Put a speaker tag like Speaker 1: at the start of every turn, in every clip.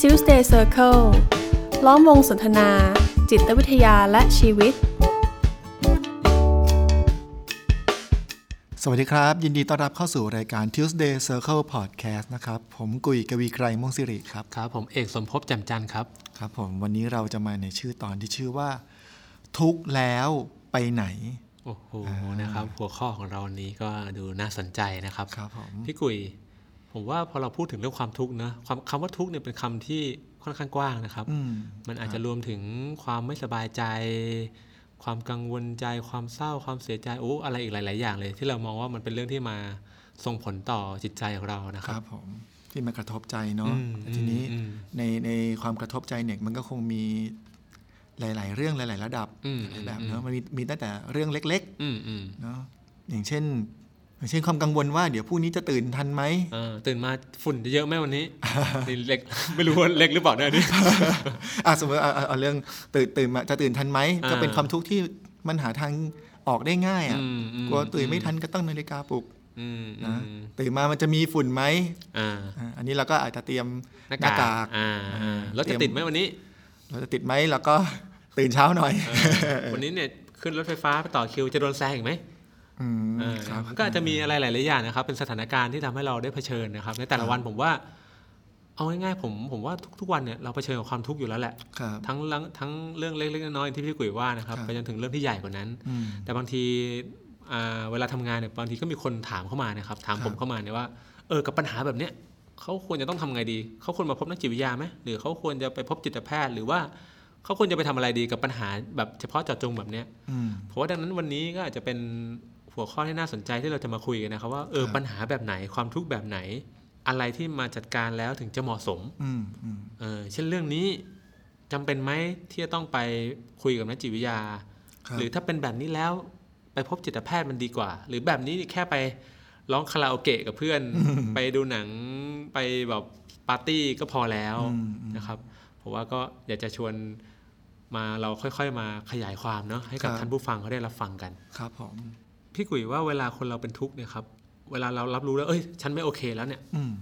Speaker 1: Tuesday Circle ล้อมวงสนทนา จิตวิทยาและชีวิต
Speaker 2: สวัสดีครับ ยินดีต้อนรับเข้าสู่รายการ Tuesday Circle Podcast นะครับ ผมกุยกวีไกรม่วงสิริครับ
Speaker 3: ครับผมเอกสมภพแจ่มจันทร์ครับ
Speaker 2: ครับผมวันนี้เราจะมาในชื่อตอนที่ชื่อว่า ทุกข์แล้วไปไหน
Speaker 3: โอ้โหนะครับ หัวข้อของเราวันนี้ก็ดูน่าสนใจนะครับ
Speaker 2: ครับผม
Speaker 3: พี่กุย ผมว่าพอเราพูดถึงเรื่องความทุกข์นะความคำว่าทุกข์เนี่ยเป็นคำที่ค่อนข้างกว้างนะครับ
Speaker 2: อืม
Speaker 3: มันอาจจะรวมถึงความไม่สบายใจ ความกังวลใจ ความเศร้า ความเสียใจโอ้อะไรอีกหลาย ๆ อย่างเลย ที่เรามองว่ามันเป็นเรื่องที่มาส่งผลต่อจิตใจของเรา
Speaker 2: ค
Speaker 3: นะค
Speaker 2: รั
Speaker 3: รั
Speaker 2: บบ ผมที่มันกระทบใจเนาะ
Speaker 3: อืม
Speaker 2: แต่ทีนี้
Speaker 3: อืมอืม
Speaker 2: ในในความกระทบใจเนี่ยมันก็คงมีหลาย ๆ เรื่องหลาย ๆ ระดับ
Speaker 3: อืม
Speaker 2: หลายแบบเนาะมันมีมีตั้งแต่เรื่องเล็ก
Speaker 3: อืมอืม
Speaker 2: ๆ เนาะอย่างเช่น อย่างเช่นความกังวลว่าเดี๋ยวพรุ่งนี้จะตื่นทันไหม
Speaker 3: เออตื่นมาฝุ่นเยอะไหมวัน นี้ นี่เล็กไม่รู้ว่าเล็กหรือเปล่าเนี่ยอันนี่
Speaker 2: อ่ะสมมติเอาเอาเอาเรื่องตื่นตื่นมาจะตื่นทันไหม
Speaker 3: อ่า
Speaker 2: ก็เป็นความทุกข์ที่มันหาทางออกได้ง่ายอ่ะ
Speaker 3: อืมอืม
Speaker 2: กลัวตื่นไม่ทันก็ตั้งนาฬิกาปลุก
Speaker 3: อืม
Speaker 2: นะ
Speaker 3: อืม
Speaker 2: ตื่นมามันจะมีฝุ่นไหม
Speaker 3: อ่า
Speaker 2: อ่าอันนี้เราก็อาจจะเตรียม
Speaker 3: หน้ากากอ่า
Speaker 2: อ่าร
Speaker 3: ถจะติดไหมวันนี้
Speaker 2: เราจะติดไหมเราก็ ตื่นเช้าหน่อย
Speaker 3: วันนี้เนี่ยขึ้นรถไฟฟ้าไปต่อคิวจะโดนแซงอีกไหม
Speaker 2: ม
Speaker 3: เออ
Speaker 2: ครับ
Speaker 3: มันก็อาจจะมีอะไรหลายๆอย่างนะครับ เป็นสถานการณ์ที่ทำให้เราได้เผชิญนะครับ ในแต่ละวันผมว่า เอาง่ายๆผมผมว่าทุกๆวันเนี่ยเราเผชิญกับความทุกข์อยู่แล้วแหละ
Speaker 2: ครับ
Speaker 3: ทั้งเรื่องทั้งเรื่องเล็กๆน้อยๆที่พี่กุ้ยว่านะครับ
Speaker 2: ครับ
Speaker 3: ไปจนถึงเรื่องที่ใหญ่กว่านั้น
Speaker 2: อืม
Speaker 3: แต่บางทีอ่าเวลาทำงานเนี่ยบางทีก็มีคนถามเข้ามานะครับ ถาม
Speaker 2: ครับ
Speaker 3: ผมเข้ามาเนี่ยว่าเออกับปัญหาแบบเนี้ยเขาควรจะต้องทำไงดี เขาควรมาพบนักจิตวิทยาไหมหรือเขาควรจะไปพบจิตแพทย์ หรือว่าเขาควรจะไปทำอะไรดีกับปัญหาแบบเฉพาะเจาะจงแบบเนี้ย
Speaker 2: อืม
Speaker 3: เพราะว่าดังนั้นวันนี้ก็อาจจะเป็นหัวข้อที่น่าสนใจที่เราจะมาคุยกันนะครับว่าเออ
Speaker 2: ครับ
Speaker 3: ปัญหาแบบไหนความทุกข์แบบไหน อะไรที่มาจัดการแล้วถึงจะเหมาะสม
Speaker 2: อืมอืม
Speaker 3: เออเช่นเรื่องนี้จำเป็นไหมที่จะต้องไปคุยกับนักจิตวิทยา
Speaker 2: ครับ
Speaker 3: หรือถ้าเป็นแบบนี้แล้วไปพบจิตแพทย์มันดีกว่า หรือแบบนี้แค่ไปร้องคาราโอเกะกับเพื่อน ไปดูหนังไปแบบปาร์ตี้ก็พอแล้ว
Speaker 2: อืมอืม
Speaker 3: นะครับเพราะว่าก็อยากจะชวนมาเราค่อยๆ มาขยายความเนาะให้กับ
Speaker 2: ครับ
Speaker 3: ท่านผู้ฟังเขาได้รับฟังกัน
Speaker 2: ครับผม
Speaker 3: พี่กุ๋ยว่าเวลาคนเราเป็นทุกข์เนี่ยครับเวลาเรารับรู้แล้วเอ้ยฉันไม่โอเคแล้วเนี่ย
Speaker 2: อืม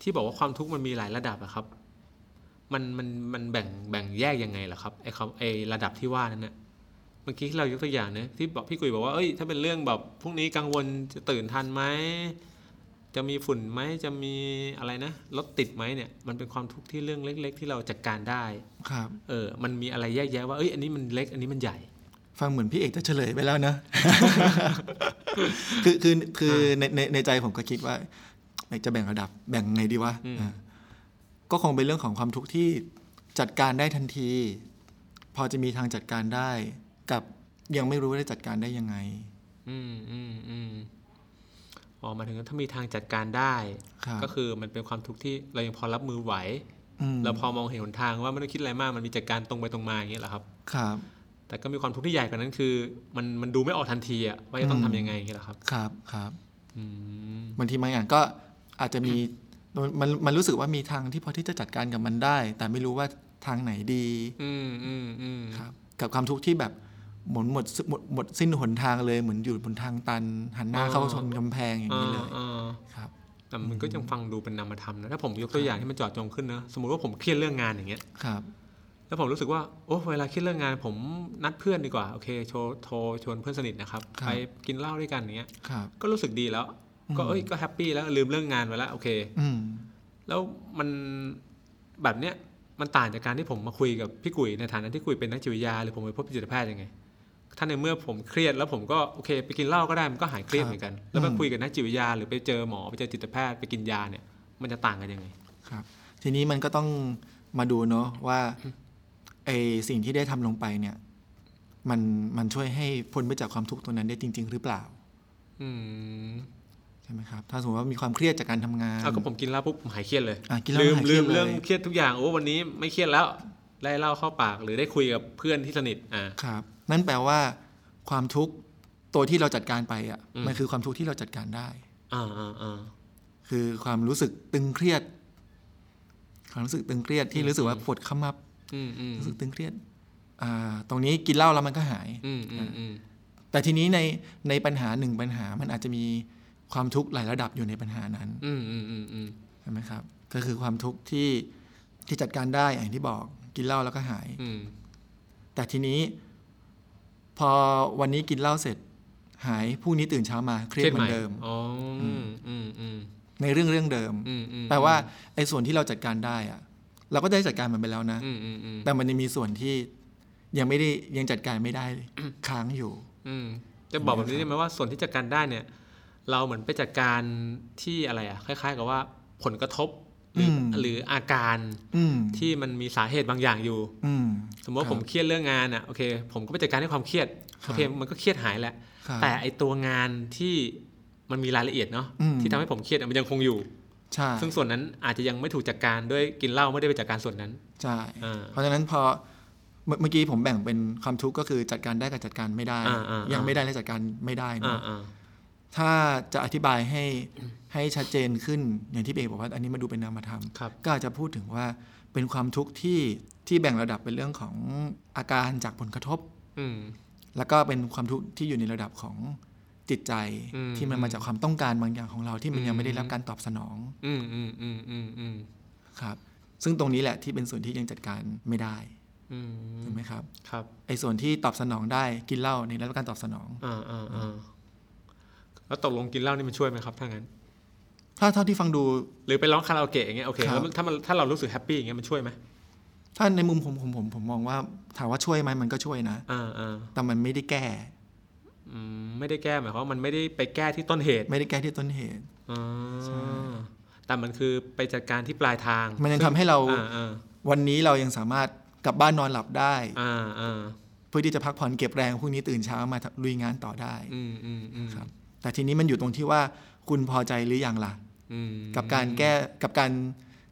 Speaker 3: ที่บอกว่าความทุกข์มันมีหลายระดับอะครับ มันมันมันแบ่งแบ่งแยกยังไงล่ะครับไอ้คำไอ้ระดับที่ว่านั้นน่ะ เมื่อกี้ที่เรายกตัวอย่างนะที่บอกพี่กุยบอกว่าเอ้ยถ้าเป็นเรื่องแบบพรุ่งนี้กังวลจะตื่นทันไหมจะมีฝุ่นไหมจะมีอะไรนะรถติดไหมเนี่ย มันเป็นความทุกข์ที่เรื่องเล็ก ๆ ที่เราจัดการได้
Speaker 2: ครับ
Speaker 3: เออ มันมีอะไรแยกแยะว่าเอ้ยอันนี้มันเล็กอันนี้มันใหญ่
Speaker 2: ฟังเหมือนพี่เอกจะเฉลยไปแล้วนะ คือคือคือในในในใจผมก็คิดว่าเอกจะแบ่งระดับแบ่งไงดีวะ
Speaker 3: อืม
Speaker 2: อ่ะก็คงเป็นเรื่องของความทุกข์ที่จัดการได้ทันที พอจะมีทางจัดการได้ กับยังไม่รู้ว่าจะจัดการได้ยังไง
Speaker 3: อืมอืมอืมอ๋อหมายถึงว่าถ้ามีทางจัดการได้
Speaker 2: ครับ
Speaker 3: ก็คือมันเป็นความทุกข์ที่เรายังพอรับมือไหว
Speaker 2: ม
Speaker 3: เราพอมองเห็นหนทางว่าไม่ต้องคิดอะไรมากมันมีจัดการตรงไปตรงมาอย่างเงี้ยเหรอครับ
Speaker 2: ครับ
Speaker 3: แต่ก็มีความทุกข์ที่ใหญ่กว่านั้นคือ มันมันดูไม่ออกทันทีอะว่าจะต้อง
Speaker 2: อืม
Speaker 3: ทำยังไงอย่างเงี้ยเหรอครับ
Speaker 2: ครับครับ
Speaker 3: อืม
Speaker 2: บางทีบางอย่างก็อาจจะมีมันมันมันรู้สึกว่ามีทางที่พอที่จะจัดการกับมันได้ แต่ไม่รู้ว่าทางไหนดี
Speaker 3: อืมอืมอืม
Speaker 2: ครับกับความทุกข์ที่แบบหมดหมดหมดหมดสิ้นหนทางเลยเหมือนอยู่บนทางตัน หันหน้าเข้าชนกำแพงอย่างนี้เลย
Speaker 3: อ่า
Speaker 2: ครับ
Speaker 3: ๆแต่มันก็ยังฟังดูเป็นนามธรรมนะถ้าผมยกตัวอย่างที่มันเจอดจงขึ้นนะสมมติว่าผมเครียดเรื่องงานอย่างเงี้ย
Speaker 2: ครับ
Speaker 3: แล้วผมรู้สึกว่าโอ้เวลาเครียดเรื่องงานผมนัดเพื่อนดีกว่าโอเคโชว์โทรชวนเพื่อนสนิทนะครับไปกินเหล้าด้วยกันอย่างเงี้ย
Speaker 2: ครับ
Speaker 3: ก็รู้สึกดีแล้ว ก็เอ้ยก็แฮปปี้แล้วลืมเรื่องงานไปแล้วโอเค
Speaker 2: อืม
Speaker 3: แล้วมันแบบเนี้ยมันต่างจากการที่ผมมาคุยกับพี่กุยในฐานะที่กุยเป็นนักจิตวิทยาหรือผมไปพบจิตแพทย์ยังไงถ้าในเมื่อผมเครียดแล้วผมก็โอเค ไปกินเหล้าก็ได้มันก็หายเครียดเหมือนกัน แล้วไปคุยกับนักจิตวิทยาหรือไปเจอหมอไปเจอจิตแพทย์ไปกินยาเนี่ยมันจะต่างกันยังไง
Speaker 2: ครับ ทีนี้มันก็ต้องมาดูเนาะว่าไอสิ่งที่ได้ทำลงไปเนี่ย มันมันช่วยให้พ้นไปจากความทุกข์ตัวนั้นได้จริง ๆ หรือเปล่า
Speaker 3: อืม
Speaker 2: ใช่ไหมครับ ถ้าสมมติว่ามีความเครียดจากการทำงาน
Speaker 3: เอาก็ผมกินเหล้าปุ๊บผมหายเครียดเลย
Speaker 2: อ่ะกินเหล้า
Speaker 3: ลืม
Speaker 2: หายเครี
Speaker 3: ลื
Speaker 2: ยด
Speaker 3: มเรื่อง
Speaker 2: เลย
Speaker 3: เครียดทุกอย่างโอ้วันนี้ไม่เครียดแล้วได้เหล้าเข้าปาก หรือได้คุยกับเพื่อนที่สนิทอ่า
Speaker 2: ครับ นั่นแปลว่า ความทุกข์ตัวที่เราจัดการไปอ่ะ
Speaker 3: อืม
Speaker 2: มันคือความทุกข์ที่เราจัดการได้
Speaker 3: อ่าอ่าอ่า
Speaker 2: คือความรู้สึกตึงเครียด ความรู้สึกตึงเครียดที่
Speaker 3: อืม
Speaker 2: รู้สึกว่าปวดขมับ
Speaker 3: อืมอืม
Speaker 2: รู้สึกตึงเครียด อ่า ตรงนี้กินเหล้าแล้วมันก็หาย
Speaker 3: อืมอืมอืม
Speaker 2: แต่ทีนี้ในในปัญหาหนึ่งปัญหามันอาจจะมีความทุกข์หลายระดับอยู่ในปัญหานั้น
Speaker 3: อืมอืมอืมอืม
Speaker 2: ใช่ไหมครับ ก็คือความทุกข์ที่ ที่จัดการได้อย่างที่บอกกินเหล้าแล้วก็หาย
Speaker 3: อืม
Speaker 2: แต่ทีนี้ พอวันนี้กินเหล้าเสร็จ หายพรุ่งนี้ตื่นเช้ามาเครียดเหมือนเดิม
Speaker 3: อ๋ออืมอืมอืม
Speaker 2: ในเรื่องเรื่องเดิม
Speaker 3: อืมอืม
Speaker 2: แปลว่าไอ้ส่วนที่เราจัดการได้อะเราก็ได้จัดการมันไปแล้วนะ
Speaker 3: อืมอืมอืม
Speaker 2: แต่มันยังมีส่วนที่ยังไม่ได้ยังจัดการไม่ได้ ค้างอยู่
Speaker 3: อืมจะบอกแบบนี้ได้ไหมว่าส่วนที่จัดการได้เนี่ย เราเหมือนไปจัดการที่อะไรอะคล้าย ๆ กับว่าผลกระทบหรืออ
Speaker 2: ม
Speaker 3: หรืออาการ
Speaker 2: อืม
Speaker 3: ที่มันมีสาเหตุบางอย่างอยู่
Speaker 2: อืม
Speaker 3: สมมติว่าผมเครียดเรื่องงานอะโอเค ผมก็ไปจัดการด้วยความเครียด
Speaker 2: ครับ
Speaker 3: โอเคมันก็เครียดหายแหละ
Speaker 2: ครับ
Speaker 3: แต่ไอตัวงานที่มันมีรายละเอียดเนาะ
Speaker 2: อืม
Speaker 3: ที่ทำให้ผมเครียดอะมันยังคงอยู่
Speaker 2: ใช่
Speaker 3: ซึ่งส่วนนั้นอาจจะยังไม่ถูกจัดการด้วยกินเหล้าไม่ได้ไปจัดการส่วนนั้น
Speaker 2: ใช่
Speaker 3: อ่า
Speaker 2: เพราะฉะนั้นพอเมื่อเมื่อกี้ผมแบ่งเป็นความทุกข์ก็คือจัดการได้กับจัดการไม่ได้
Speaker 3: อ่าอ่าอ่ายั
Speaker 2: ยังไม่ได้และจัดการไม่ได้
Speaker 3: อ่า
Speaker 2: เนาะ
Speaker 3: อ่า
Speaker 2: ถ้าจะอธิบายให้ให้ชัดเจนขึ้นอย่างที่เบย์บอกว่า อันนี้มาดูเป็นนามธรรม
Speaker 3: ครับ
Speaker 2: ก็อาจจะพูดถึงว่าเป็นความทุกข์ที่ที่แบ่งระดับเป็นเรื่องของอาการจากผลกระทบ
Speaker 3: อืม
Speaker 2: แล้วก็เป็นความทุกข์ที่อยู่ในระดับของจิตใจ
Speaker 3: อืม
Speaker 2: ที่มันมาจากความต้องการบางอย่างของเราที่มันยัง
Speaker 3: อืม
Speaker 2: ไม่ได้รับการตอบสนอง
Speaker 3: อืมอืมอืมอืมอืม
Speaker 2: ครับซึ่งตรงนี้แหละที่เป็นส่วนที่ยังจัดการไม่ได้
Speaker 3: อืม
Speaker 2: ถูกไหมครับ
Speaker 3: ครับ
Speaker 2: ไอ้ส่วนที่ตอบสนองได้กินเหล้าในรับการตอบสนอง
Speaker 3: อ่าอ่าอ่าแล้วตกลงกินเหล้านี่มันช่วยไหมครับถ้างั้น
Speaker 2: ถ้าเท่าที่ฟังดู
Speaker 3: หรือไปร้องคาราโอเกะอย่างเงี้ยโอเค
Speaker 2: ครับ
Speaker 3: แล้วถ้ามันถ้าเรารู้สึกแฮปปี้อย่างเงี้ยมันช่วยไหม
Speaker 2: ถ้าในมุมผมผมผมผมมองว่าถามว่าช่วยไหมมันก็ช่วยนะ
Speaker 3: อ่าอ่า
Speaker 2: แต่มันไม่ได้แก้
Speaker 3: อืมไม่ได้แก้หมายความว่ามันไม่ได้ไปแก้ที่ต้นเหตุ
Speaker 2: ไม่ได้แก้ที่ต้นเหตุ
Speaker 3: อ่าแต่มันคือไปจัดการที่ปลายทาง
Speaker 2: มันยัง
Speaker 3: ซึ่
Speaker 2: ทำให้เรา
Speaker 3: อ่าอ่า
Speaker 2: วันนี้เรายังสามารถกลับบ้านนอนหลับได้
Speaker 3: อ่าอ่า
Speaker 2: เพื่อที่จะพักผ่อนเก็บแรงพรุ่งนี้ตื่นเช้ามาลุยงานต่อได้
Speaker 3: อืมอืมอืม
Speaker 2: ครับ แต่ทีนี้มันอยู่ตรงที่ว่าคุณพอใจหรือยังล่ะ
Speaker 3: อืม
Speaker 2: กับการแก้กับการ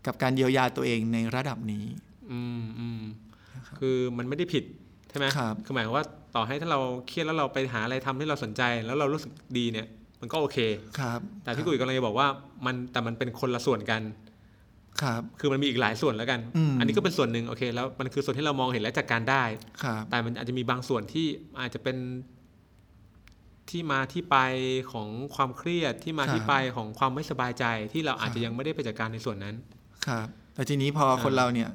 Speaker 2: กับการเยียวยาตัวเองในระดับนี้
Speaker 3: อืมอืมคือมันไม่ได้ผิดใช่ไหม
Speaker 2: ครับ
Speaker 3: คือหมายความว่าต่อให้ถ้าเราเครียดแล้วเราไปหาอะไรทำที่เราสนใจ แล้วเรารู้สึกดีเนี่ย มันก็โอเค
Speaker 2: ครับ
Speaker 3: แต่พี่กุ้ยกำลังจะบอกว่ามันแต่มันเป็นคนละส่วนกัน
Speaker 2: ครับ
Speaker 3: คือมันมีอีกหลายส่วนแล้วกัน
Speaker 2: อืม
Speaker 3: นนี้ก็เป็นส่วนหนึ่งโอเคแล้วมันคือส่วนที่เรามองเห็นและจัดการได้
Speaker 2: ครับ
Speaker 3: แต่มันอาจจะมีบางส่วนที่อาจจะเป็นที่มาที่ไปของความเครียดที่มาที่ไปของความไม่สบายใจ ที่เราอาจจะยังไม่ได้ไปจัดการในส่วนนั้น
Speaker 2: ครับ แต่ทีนี้พอ
Speaker 3: ครับ
Speaker 2: คนเราเนี่ย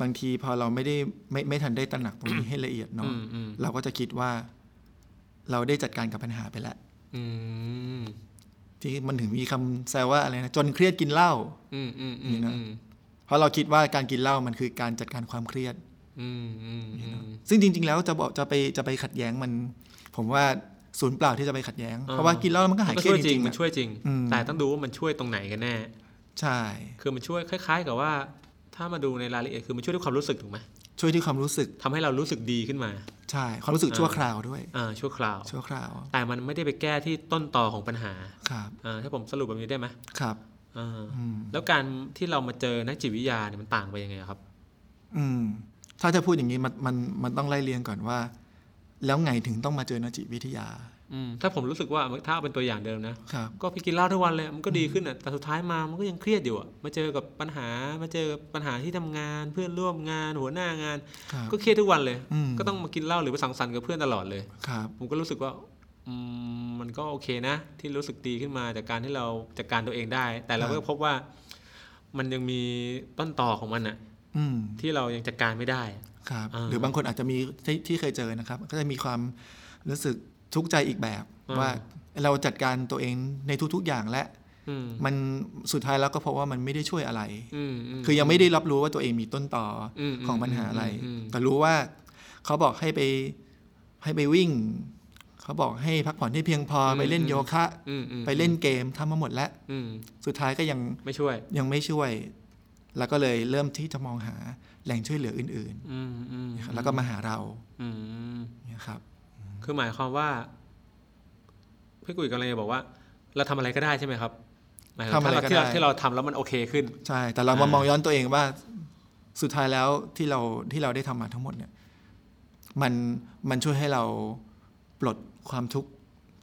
Speaker 2: บางทีพอเราไม่ได้ไม่ไม่ทันได้ตระหนักตรงนี้ ให้ละเอียด
Speaker 3: อื
Speaker 2: เนาะ
Speaker 3: มอืม
Speaker 2: เราก็จะคิดว่า เราได้จัดการกับปัญหาไปแล้ว
Speaker 3: อืม
Speaker 2: ที่มันถึงมีคำแซวว่าอะไรนะจนเครียดกินเหล้า
Speaker 3: อืมอืมอื
Speaker 2: นี่
Speaker 3: ม
Speaker 2: นะ
Speaker 3: อืม
Speaker 2: เพราะเราคิดว่าการกินเหล้ามันคือการจัดการความเครียด
Speaker 3: อืมอืมอืม
Speaker 2: ซึ่งจริง ๆ แล้วจะบอกจะไปจะไปขัดแย้งมัน ผมว่าศูนย์เปล่าที่จะไปขัดแย้ง
Speaker 3: อ่า
Speaker 2: เพราะว่ากินเหล้าแล้วมันก็หาย
Speaker 3: มัน
Speaker 2: เค
Speaker 3: ก็
Speaker 2: รียดจ
Speaker 3: ช่วยจริ
Speaker 2: ริ
Speaker 3: ง
Speaker 2: งๆ
Speaker 3: มัน
Speaker 2: อะ
Speaker 3: ช่วยจริง
Speaker 2: อืม
Speaker 3: แต่ต้องดูว่ามันช่วยตรงไหนกันแน่
Speaker 2: ใช่
Speaker 3: คือมันช่วยคล้าย ๆ กับว่า ถ้ามาดูในรายละเอียดคือมันช่วยด้วยความรู้สึกถูกไหม
Speaker 2: ช่วยที่ความรู้สึก
Speaker 3: ทำให้เรารู้สึกดีขึ้นมา
Speaker 2: ใช่ความรู้สึก
Speaker 3: อ่า
Speaker 2: ชั่วคราวด้วย
Speaker 3: อ่าชั่วคราว
Speaker 2: ชั่วคราว
Speaker 3: แต่มันไม่ได้ไปแก้ที่ต้นต่อของปัญหา
Speaker 2: ครับ
Speaker 3: อ่าถ้าผมสรุปแบบนี้ได้ไหม
Speaker 2: ครับ
Speaker 3: อ่า
Speaker 2: อืม
Speaker 3: แล้วการที่เรามาเจอนักจิตวิทยาเนี่ยมันต่างไปยังไงครับ
Speaker 2: อืมถ้าจะพูดอย่างนี้มันมันมันต้องไล่เรียงก่อนว่า แล้วไงถึงต้องมาเจอนักจิตวิทยา
Speaker 3: อืมถ้าผมรู้สึกว่าถ้าเอาเป็นตัวอย่างเดิมนะ
Speaker 2: ครับ
Speaker 3: ก็พี่กินเหล้าทุกวันเลยมันก็ดีขึ้นอ่ะแต่สุดท้ายมามันก็ยังเครียดอยู่อ่ะมาเจอกับปัญหามาเจอกับปัญหาที่ทำงาน เพื่อนร่วมงาน หัวหน้างาน
Speaker 2: ครับ
Speaker 3: ก็เครียดทุกวันเลย
Speaker 2: อืม
Speaker 3: ก็ต้องมากินเหล้าหรือไปสังสรรค์กับเพื่อนตลอดเลย
Speaker 2: ครับ
Speaker 3: ผมก็รู้สึกว่าอืมมันก็โอเคนะ ที่รู้สึกดีขึ้นมาจากการที่เราจัดการตัวเองได้ แต่เราก็พบว่า มันยังมีต้นต่อของมันอะ
Speaker 2: อืม
Speaker 3: ที่เรายังจัดการไม่ได้
Speaker 2: ครับ
Speaker 3: อ่า
Speaker 2: หรือบางคนอาจจะมีที่ที่เคยเจอนะครับ ก็จะมีความรู้สึกทุกข์ใจอีกแบบ
Speaker 3: อ่า
Speaker 2: ว่าเราจัดการตัวเองในทุกๆอย่างและ
Speaker 3: อืม
Speaker 2: มันสุดท้ายแล้วก็พบว่ามันไม่ได้ช่วยอะไร
Speaker 3: อืมม
Speaker 2: คือยังไม่ได้รับรู้ว่าตัวเองมีต้นต่ออ
Speaker 3: ม
Speaker 2: ของปัญหาอะไร
Speaker 3: อืมอืม
Speaker 2: แต่รู้ว่าเขาบอกให้ไปให้ไปวิ่ง เขาบอกให้พักผ่อนให้เพียงพออไปเล่นโยคะ
Speaker 3: อืมอืม
Speaker 2: ไปเล่นเกมทำมาหมดแล้ว
Speaker 3: อืม
Speaker 2: สุดท้ายก็ยัง
Speaker 3: ไม่ช่วย
Speaker 2: ยังไม่ช่วย แล้วก็เลยเริ่มที่จะมองหาแหล่งช่วยเหลืออื่น
Speaker 3: อืมอืม
Speaker 2: ๆ แล้วก็มาหาเรา
Speaker 3: อืม
Speaker 2: เนี่ยครับ
Speaker 3: คือหมายความว่าพี่กุ้ยกำลังจะบอกว่า เราทำอะไรก็ได้ใช่ไหมครับหมายความ
Speaker 2: ทำ
Speaker 3: ว่า
Speaker 2: อะไรก็
Speaker 3: ที่เรา
Speaker 2: ได้
Speaker 3: ที่เราทำแล้วมันโอเคขึ้น
Speaker 2: ใช่ แต่เรามา
Speaker 3: อ่าม ม
Speaker 2: องย้อนตัวเองว่าสุดท้ายแล้วที่เราที่เราได้ทำมาทั้งหมดเนี่ย มันมันช่วยให้เราปลดความทุกข์